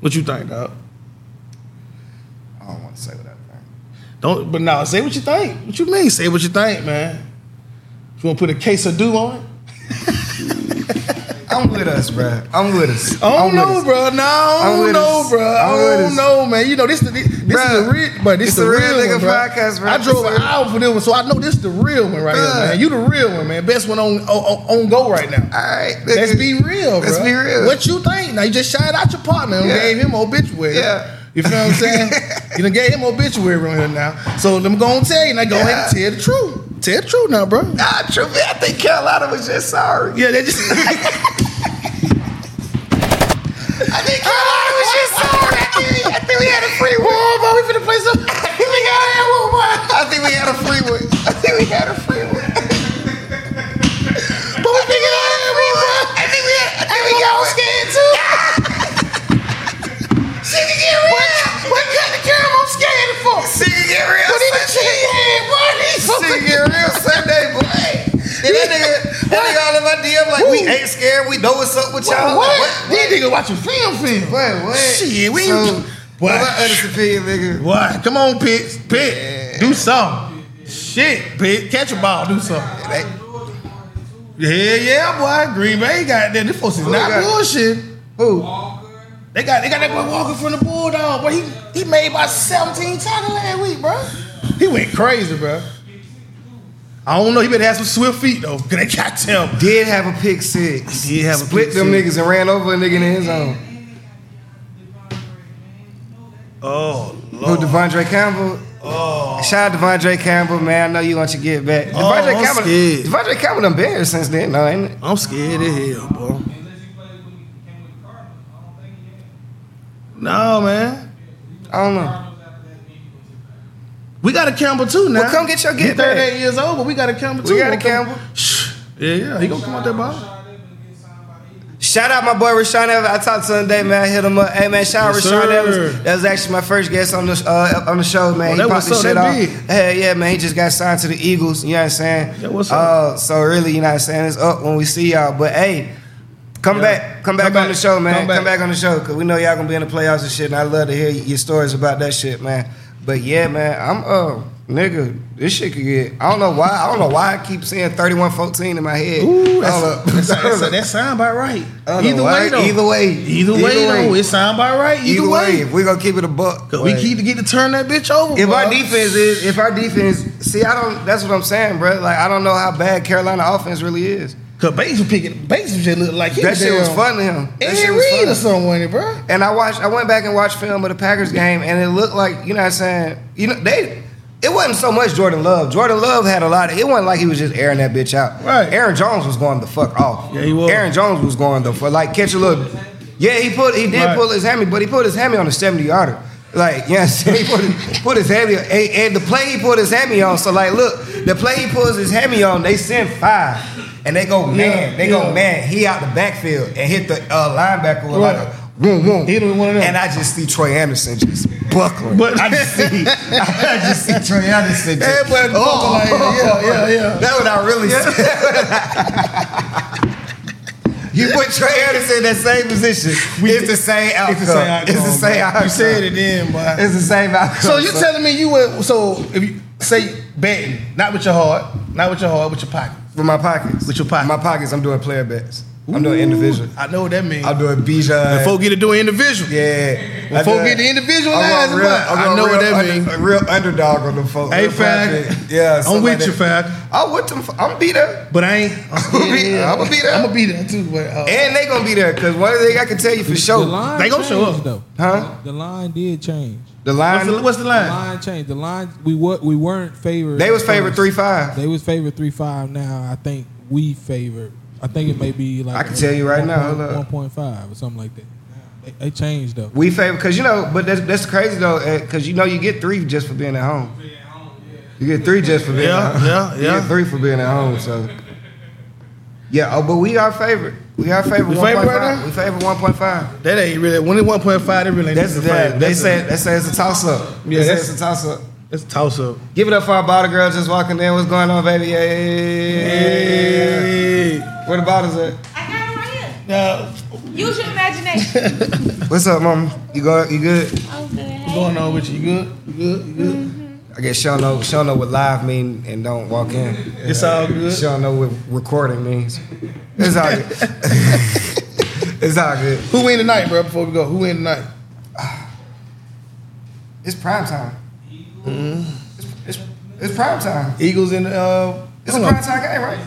Speaker 2: What you think, dog?
Speaker 1: I don't want to say what I think.
Speaker 2: Don't but now say what you think. What you mean? Say what you think, man. You wanna put a case of do on it?
Speaker 1: I'm with us, bro. I'm with us.
Speaker 2: I don't
Speaker 1: I'm with
Speaker 2: know,
Speaker 1: us.
Speaker 2: bro. No, I
Speaker 1: I'm
Speaker 2: don't
Speaker 1: with
Speaker 2: know,
Speaker 1: us.
Speaker 2: bro. I
Speaker 1: I'm with us.
Speaker 2: don't know, man. You know, this the this, this is
Speaker 1: Bruh,
Speaker 2: the real, but this
Speaker 1: it's
Speaker 2: the
Speaker 1: a
Speaker 2: real,
Speaker 1: real nigga
Speaker 2: one, bruh.
Speaker 1: podcast, bruh.
Speaker 2: I drove
Speaker 1: It's
Speaker 2: an
Speaker 1: a-
Speaker 2: hour for this one, so I know this the real one right
Speaker 1: Bruh.
Speaker 2: here, man. You the real one, man. Best one on on, on go right now.
Speaker 1: All right, nigga.
Speaker 2: Let's be real, bro.
Speaker 1: Let's be real.
Speaker 2: What you think? Now you just shouted out your partner and
Speaker 1: Yeah.
Speaker 2: gave him obituary.
Speaker 1: Yeah.
Speaker 2: You feel what I'm saying? you done gave him obituary on here now. So let me go and tell you. Now go ahead and tell the truth. Tell the truth now, bro.
Speaker 1: Nah, truthfully, I think Carolina was just sorry.
Speaker 2: Yeah, they just.
Speaker 1: I think Carolina was just sorry. I think, we, I think we had a free one. Boy, we finna play some. I think we got that one, boy. I think we had a free one. I think we had a free one. but we think we had a free one. I think we had. I think we got one scared too. She can get real. What, what kind of girl I'm scared for? She can get real. What even she had, boy? She can get real Sunday, boy. And that nigga, that nigga all in my DM like, we
Speaker 2: Who?
Speaker 1: ain't scared. We know what's up with
Speaker 2: What?
Speaker 1: y'all.
Speaker 2: what?
Speaker 1: What?
Speaker 2: These niggas watching film film.
Speaker 1: Wait, what?
Speaker 2: Shit, we
Speaker 1: so,
Speaker 2: ain't-
Speaker 1: What?
Speaker 2: What?
Speaker 1: my honest opinion, nigga.
Speaker 2: What? Come on, Pitts. Pitt.
Speaker 1: Yeah.
Speaker 2: Do something. Shit, Pitt. Catch a ball. Do something.
Speaker 1: They-
Speaker 2: Yeah, yeah, boy. Green Bay got that. This folks is
Speaker 1: Who
Speaker 2: not
Speaker 1: they got?
Speaker 2: bullshit.
Speaker 1: Who?
Speaker 2: They got they got that boy walking from the Bulldog, but he he made about 17 tackles last week, bro. He went crazy, bro. I don't know. He better have some swift feet though. Cause they got him.
Speaker 1: Did have a pick six.
Speaker 2: He did have a
Speaker 1: Split
Speaker 2: pick
Speaker 1: them
Speaker 2: six.
Speaker 1: niggas and ran over a nigga in his own.
Speaker 2: Oh,
Speaker 1: Who,
Speaker 2: Lord.
Speaker 1: Devondre Campbell?
Speaker 2: Oh.
Speaker 1: Shout out Devondre Campbell, man. I know you want your get back. Devondre
Speaker 2: I'm
Speaker 1: Campbell.
Speaker 2: scared.
Speaker 1: Devondre Campbell done been here since then, no, ain't it?
Speaker 2: I'm scared of hell, bro. No, man.
Speaker 1: I don't know.
Speaker 2: We got a Campbell too now.
Speaker 1: Well, come get your
Speaker 2: He
Speaker 1: get back.
Speaker 2: 38 years old, but we got a Campbell
Speaker 1: We
Speaker 2: too.
Speaker 1: got a
Speaker 2: Gonna come-
Speaker 1: Campbell.
Speaker 2: Shh. Yeah, yeah. He gonna come out that ball.
Speaker 1: Shout out my boy Rashawn Evans. I talked to him today, man. I hit him up. Hey man, shout out
Speaker 2: Yes,
Speaker 1: Rashawn
Speaker 2: sir.
Speaker 1: Evans. That was actually my first guest on the uh, on the show, man.
Speaker 2: Well, that
Speaker 1: he
Speaker 2: was
Speaker 1: popped his
Speaker 2: so-
Speaker 1: shit
Speaker 2: that
Speaker 1: off.
Speaker 2: big.
Speaker 1: Hey, yeah, man. He just got signed to the Eagles. You know what I'm saying?
Speaker 2: That was
Speaker 1: uh, so really, you know what I'm saying? It's up when we see y'all. But hey, come
Speaker 2: Yeah.
Speaker 1: back, come back
Speaker 2: Come
Speaker 1: on
Speaker 2: back.
Speaker 1: the show, man. Come back.
Speaker 2: Come back.
Speaker 1: on the show, cause we know y'all gonna be in the playoffs and shit. And I love to hear your stories about that shit, man. But yeah, man, I'm uh nigga. This shit could get. I don't know why. I don't know why I keep seeing 31-14 in my head.
Speaker 2: Ooh, that's,
Speaker 1: Hold up.
Speaker 2: that's, that's, that sound about right.
Speaker 1: I don't know
Speaker 2: Either
Speaker 1: why.
Speaker 2: way, though.
Speaker 1: Either way.
Speaker 2: Either way, though. It sound about right. Either,
Speaker 1: Either
Speaker 2: way.
Speaker 1: if we gonna keep it a buck.
Speaker 2: 'Cause we keep to get to turn that bitch over.
Speaker 1: If
Speaker 2: bro.
Speaker 1: our defense is, if our defense, see, I don't. That's what I'm saying, bro. Like I don't know how bad Carolina offense really is.
Speaker 2: Cause Bates was picking, Bates just looked like he
Speaker 1: That
Speaker 2: was
Speaker 1: shit was
Speaker 2: damn
Speaker 1: fun to him. That shit
Speaker 2: Ed
Speaker 1: was
Speaker 2: Reed
Speaker 1: fun.
Speaker 2: or someone, bro.
Speaker 1: And I watched. I went back and watched film of the Packers game, and it looked like you know what I'm saying. You know they. It wasn't so much Jordan Love. Jordan Love had a lot of. It wasn't like he was just airing that bitch out.
Speaker 2: Right.
Speaker 1: Aaron Jones was going the fuck off.
Speaker 2: Yeah, he was.
Speaker 1: Aaron Jones was going the fuck like catch a little. Yeah, he put. He did
Speaker 2: Right.
Speaker 1: pull his hammy, but he put his hammy on the 70 yarder. Like yes, he put his, put his hammy on, and, and the play he put his hammy on. So like, look, the play he pulls his hammy on, they send five, and they go man,
Speaker 2: Yeah,
Speaker 1: they
Speaker 2: yeah.
Speaker 1: go man. He out the backfield and hit the uh, linebacker with like
Speaker 2: Right.
Speaker 1: a Boom, boom.
Speaker 2: Hit him with one of them.
Speaker 1: And I just see Troy Anderson just buckling.
Speaker 2: But-
Speaker 1: I just see, I just see Troy Anderson. Just,
Speaker 2: Everybody buckle like, yeah, yeah, yeah.
Speaker 1: That's what I really see. you put Troy Anderson in that same position. it's the same outcome.
Speaker 2: It's the same outcome.
Speaker 1: It's the same
Speaker 2: bro.
Speaker 1: outcome.
Speaker 2: You said it then, boy.
Speaker 1: It's the same outcome.
Speaker 2: So you telling me you went? So if you say betting, not with your heart, not with your heart, with your pocket.
Speaker 1: with my pockets?
Speaker 2: With your pocket.
Speaker 1: My pockets. I'm doing player bets. I'm doing individual.
Speaker 2: I know what that means.
Speaker 1: I'm doing Bijan.
Speaker 2: Folk get to do individual.
Speaker 1: Yeah.
Speaker 2: When
Speaker 1: I
Speaker 2: folk
Speaker 1: do
Speaker 2: get
Speaker 1: that.
Speaker 2: to individualize,
Speaker 1: I want
Speaker 2: it's
Speaker 1: real-
Speaker 2: like,
Speaker 1: I
Speaker 2: I
Speaker 1: want
Speaker 2: know what
Speaker 1: real
Speaker 2: that
Speaker 1: under-
Speaker 2: mean.
Speaker 1: A real underdog on the folk.
Speaker 2: Hey,
Speaker 1: Real
Speaker 2: Fag.
Speaker 1: project. Yeah.
Speaker 2: I'm
Speaker 1: something
Speaker 2: with
Speaker 1: like
Speaker 2: you,
Speaker 1: that.
Speaker 2: Fag.
Speaker 1: I'm with them. f- I'm be there.
Speaker 2: But I ain't. I'm
Speaker 1: I'ma be- I'ma be there.
Speaker 2: I'm gonna be there too. But uh,
Speaker 1: And they gonna be there. Cause one thing I can tell you for
Speaker 3: The
Speaker 1: sure.
Speaker 3: line
Speaker 2: They gonna show
Speaker 3: changed,
Speaker 2: up.
Speaker 3: though.
Speaker 1: Huh?
Speaker 3: The line did change.
Speaker 1: The
Speaker 2: what's,
Speaker 1: line,
Speaker 2: the, what's the
Speaker 3: The
Speaker 2: line?
Speaker 3: line changed. The line we were we weren't favored.
Speaker 1: they
Speaker 3: at
Speaker 1: was favored
Speaker 3: first.
Speaker 1: three five.
Speaker 3: They was favored three five. Now I think we favored. I think it may be like
Speaker 1: I can tell you right now, hold up.
Speaker 3: one point five or something like that. They changed though.
Speaker 1: We favor because you know, but that's that's crazy though, because you know you get three just for being at home. You get three just for being
Speaker 2: Yeah,
Speaker 1: at home.
Speaker 2: yeah,
Speaker 1: You
Speaker 2: yeah.
Speaker 1: get three for being at home. So yeah, oh, but we are favorite. We are favorite.
Speaker 2: We
Speaker 1: 1.5.
Speaker 2: favorite right now?
Speaker 1: we favorite one point five.
Speaker 2: That ain't really when it's one point five. That really ain't
Speaker 1: That's
Speaker 2: the
Speaker 1: that.
Speaker 2: favorite.
Speaker 1: They
Speaker 2: That's a-
Speaker 1: said they said it's a toss up.
Speaker 2: Yeah,
Speaker 1: they said
Speaker 2: that's-
Speaker 1: it's a toss up.
Speaker 2: that's a toss up.
Speaker 1: Give it up for our bottle girls just walking in. What's going on, baby? Yeah, yeah, yeah, yeah.
Speaker 2: Hey.
Speaker 1: Where the bottles at?
Speaker 4: I got it right here.
Speaker 2: Now,
Speaker 4: Use your imagination.
Speaker 1: What's up, mama? You go, you good?
Speaker 4: I'm good.
Speaker 2: what's going on with you? You good? You good? You good?
Speaker 1: I guess she don't know. She don't know what live mean and don't walk in.
Speaker 2: It's all good.
Speaker 1: She don't know what recording means. It's all good. it's all good.
Speaker 2: Who in tonight, bro? Before we go, who in tonight?
Speaker 1: It's prime time. Mm-hmm. It's, it's, it's prime time.
Speaker 2: Eagles in the. Uh,
Speaker 1: It's
Speaker 2: hold
Speaker 1: a
Speaker 2: on.
Speaker 1: prime time game, right?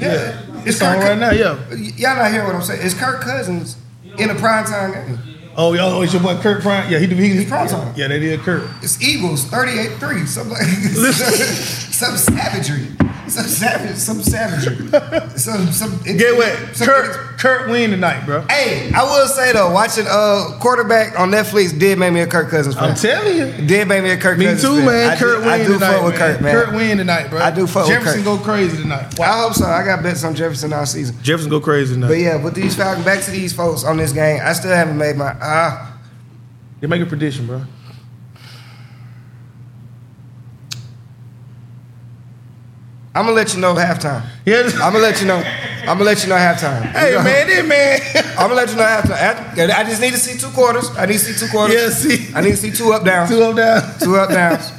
Speaker 1: Yeah.
Speaker 2: It's on right now. Yeah.
Speaker 1: Y- y'all not hear what I'm saying? It's Kirk Cousins in a prime time game.
Speaker 2: Oh, y'all know it's your boy Kirk Prime. Yeah, he he, he
Speaker 1: It's prime time.
Speaker 2: Yeah, that is Kirk.
Speaker 1: It's Eagles 38-3. Some like some savagery. Some savage. Some savagery. Some some. it-
Speaker 2: Get what?
Speaker 1: some-
Speaker 2: Kirk Kirk win tonight, bro.
Speaker 1: Hey, I will say though, watching uh quarterback on Netflix did make me a Kirk Cousins fan.
Speaker 2: I'm telling you.
Speaker 1: did make me a Kirk
Speaker 2: Me
Speaker 1: Cousins
Speaker 2: too,
Speaker 1: fan.
Speaker 2: man.
Speaker 1: I
Speaker 2: Kurt
Speaker 1: do,
Speaker 2: win
Speaker 1: I do
Speaker 2: tonight,
Speaker 1: fuck with
Speaker 2: man.
Speaker 1: Kirk, man.
Speaker 2: Kurt win tonight, bro.
Speaker 1: I do fuck with
Speaker 2: Jefferson
Speaker 1: Kirk.
Speaker 2: go crazy tonight.
Speaker 1: I hope so. I got bets on Jefferson all season.
Speaker 2: Jefferson go crazy tonight.
Speaker 1: But yeah, but these Falcons, back to these folks on this game. I still haven't made my ah.
Speaker 2: You make a prediction, bro.
Speaker 1: I'm gonna let you know halftime.
Speaker 2: Yeah.
Speaker 1: I'm gonna let you know. I'm gonna let you know halftime.
Speaker 2: Hey man, this man.
Speaker 1: I'm gonna let you know after. after I just need to see two quarters. I need to see two quarters.
Speaker 2: yeah, see.
Speaker 1: I need to see two up downs.
Speaker 2: Two up down.
Speaker 1: Two up downs.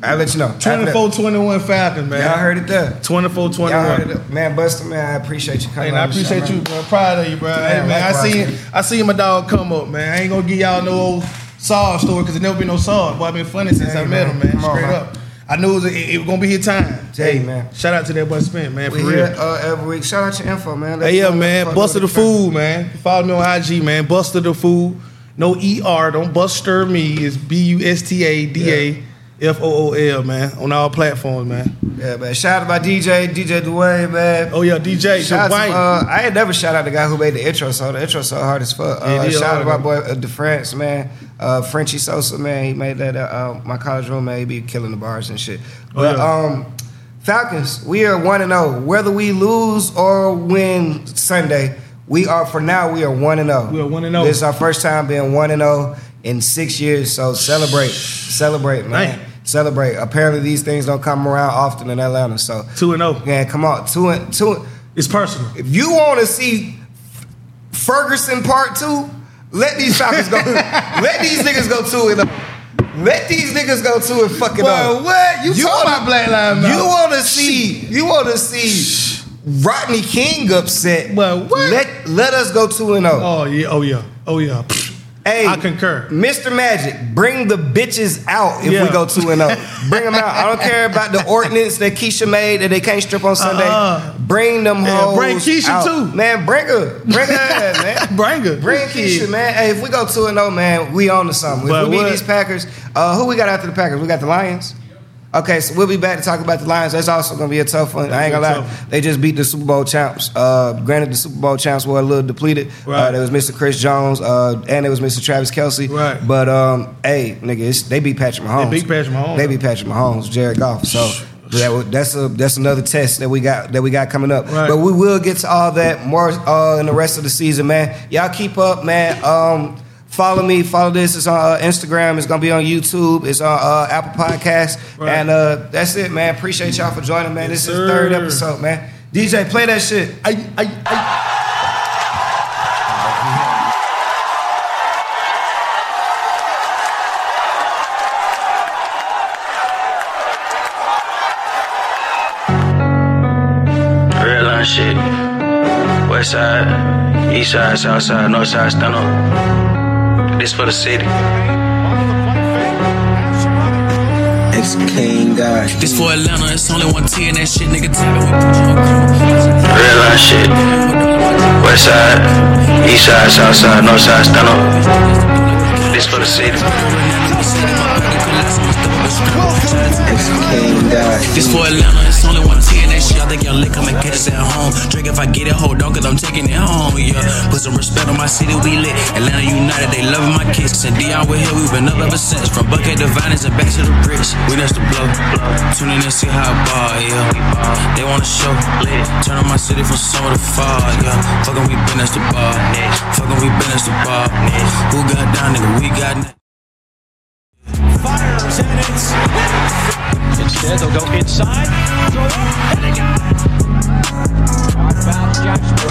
Speaker 1: I'll let you know. After that.
Speaker 2: 24 21 Falcon, man.
Speaker 1: Y'all heard it there.
Speaker 2: 24
Speaker 1: Y'all heard
Speaker 2: 21.
Speaker 1: it, man. Buster, man, I appreciate you coming.
Speaker 2: And I
Speaker 1: on the show,
Speaker 2: appreciate
Speaker 1: man.
Speaker 2: you, bro. Proud of you, bro.
Speaker 1: Yeah,
Speaker 2: hey, man, I
Speaker 1: likewise,
Speaker 2: seen
Speaker 1: man.
Speaker 2: I seen my dog come up, man. I ain't gonna give y'all no old Saul story because it never been no Saul. Boy, I been funny since
Speaker 1: Hey,
Speaker 2: I
Speaker 1: man.
Speaker 2: met him, man.
Speaker 1: Come on,
Speaker 2: Straight
Speaker 1: man.
Speaker 2: up. I knew it was, it, it was gonna be his time.
Speaker 1: Hey, man.
Speaker 2: Shout out to that boy Spin, man. For
Speaker 1: We
Speaker 2: real.
Speaker 1: here uh, every week. Shout out your info, man. Let
Speaker 2: Hey, yeah,
Speaker 1: us know
Speaker 2: man.
Speaker 1: what
Speaker 2: Buster
Speaker 1: fuck
Speaker 2: the
Speaker 1: with you.
Speaker 2: Fool, man. Follow me on IG, man. Buster the Fool. No ER. Don't buster me. It's B U S T A D A F O O L, man. On all platforms, man.
Speaker 1: Yeah, man. Shout out my DJ, DJ Dwayne, man.
Speaker 2: Oh, yeah, DJ.
Speaker 1: Shout out
Speaker 2: Dwayne.
Speaker 1: to, uh, I ain't never shout out the guy who made the intro song. The intro so hard as fuck.
Speaker 2: Yeah,
Speaker 1: Uh,
Speaker 2: it is
Speaker 1: shout out to my
Speaker 2: hard,
Speaker 1: boy uh, DeFrance, man. Uh, Frenchie Sosa, man. He made that. Uh, uh, my college roommate he be killing the bars and shit.
Speaker 2: Oh,
Speaker 1: But
Speaker 2: yeah.
Speaker 1: um, Falcons, we are one and zero. Whether we lose or win Sunday, we are for now. We are one and zero.
Speaker 2: We are oh. 1-0.
Speaker 1: This is our first time being one and zero in six years. So celebrate, celebrate, man.
Speaker 2: Man.
Speaker 1: Celebrate. Apparently, these things don't come around often in Atlanta. So,
Speaker 2: 2 and 0.
Speaker 1: man, come on, two and two.
Speaker 2: It's personal.
Speaker 1: If you want to see Ferguson Part Two, let these Falcons go. let these niggas go two and oh. Let these niggas go two and fucking
Speaker 2: Well,
Speaker 1: oh.
Speaker 2: what? You,
Speaker 1: You
Speaker 2: talking
Speaker 1: wanna-
Speaker 2: about Black Lives Matter?
Speaker 1: You want to see? You want to see Rodney King upset?
Speaker 2: Well, what?
Speaker 1: Let let us go two and oh.
Speaker 2: oh, yeah. Oh, yeah. Oh, yeah.
Speaker 1: Hey,
Speaker 2: I concur.
Speaker 1: Mr. Magic, bring the bitches out if
Speaker 2: Yeah.
Speaker 1: we go 2 and 0. Bring them out. I don't care about the ordinance that Keisha made that they can't strip on Sunday.
Speaker 2: Uh-uh.
Speaker 1: Bring them
Speaker 2: Yeah,
Speaker 1: hoes
Speaker 2: bring Keisha
Speaker 1: out.
Speaker 2: too.
Speaker 1: Man, bring her. Bring her, man.
Speaker 2: Bring her.
Speaker 1: Bring Keisha, man. Hey, if we go 2 and 0, man, we on to something.
Speaker 2: But
Speaker 1: if we beat
Speaker 2: what-
Speaker 1: these Packers, uh, who we got after the Packers? We got the Lions. Okay, so we'll be back to talk about the Lions. That's also going to be a tough one. I ain't
Speaker 2: That'll
Speaker 1: going to
Speaker 2: be a
Speaker 1: lie.
Speaker 2: tough one.
Speaker 1: They just beat the Super Bowl champs. Uh, granted, the Super Bowl champs were a little depleted. Uh,
Speaker 2: Right.
Speaker 1: they was Mr. Chris Jones, uh, and it was Mr. Travis Kelsey.
Speaker 2: Right.
Speaker 1: But um, hey, nigga, it's, they beat Patrick Mahomes.
Speaker 2: beat Patrick Mahomes.
Speaker 1: They beat Patrick Mahomes, Jared Goff. So that, wa- that's a that's another test that we got that we got coming up.
Speaker 2: Right.
Speaker 1: But we will get to all that more uh, in the rest of the season, man. Y'all keep up, man. Um, follow me, follow this. It's on uh, Instagram. It's gonna be on YouTube. It's on uh, Apple Podcasts.
Speaker 2: Right.
Speaker 1: And uh, that's it, man. Appreciate y'all for joining, man.
Speaker 2: Yes,
Speaker 1: this is the third
Speaker 2: sir.
Speaker 1: episode, man. DJ, play that shit.
Speaker 2: I, I, I.
Speaker 5: Real line shit. West side, east side, south side, north side, stand up. This for the city.
Speaker 6: It's King God.
Speaker 7: This for Atlanta, it's only one T and that shit, nigga. Tap it, we put you on crew.
Speaker 5: Real line shit. West side, east side, south side, north side, stand up. This for the city.
Speaker 7: This
Speaker 6: It's King Dot.
Speaker 7: This for Atlanta, it's only one T and that shit. I think y'all lick, I'ma catch us at home. Drake, if I get it, hold on, cause I'm taking it home, yeah. Put some respect on my city, we lit. Atlanta United, they loving my kicks. And Dion, we're here, we've been up ever since. From Bucket to Vinings and back to the bricks. We next to blow. Tune in and see how I ball, yeah. They wanna show. Turn on my city from summer to fall, yeah. Fuckin' we been as the ball. Fuckin' we been as the ball. Who got down, nigga? We got next.
Speaker 8: Fires and it's Instead, they'll go inside. Throw it up, and they got it. On bounce, Jackson.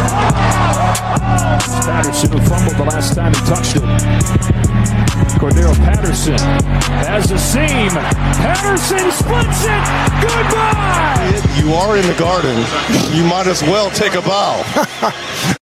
Speaker 9: Patterson who fumbled the last time he touched it. Cordero Patterson has a seam. Patterson splits it. Goodbye.
Speaker 10: You are in the garden. You might as well take a bow.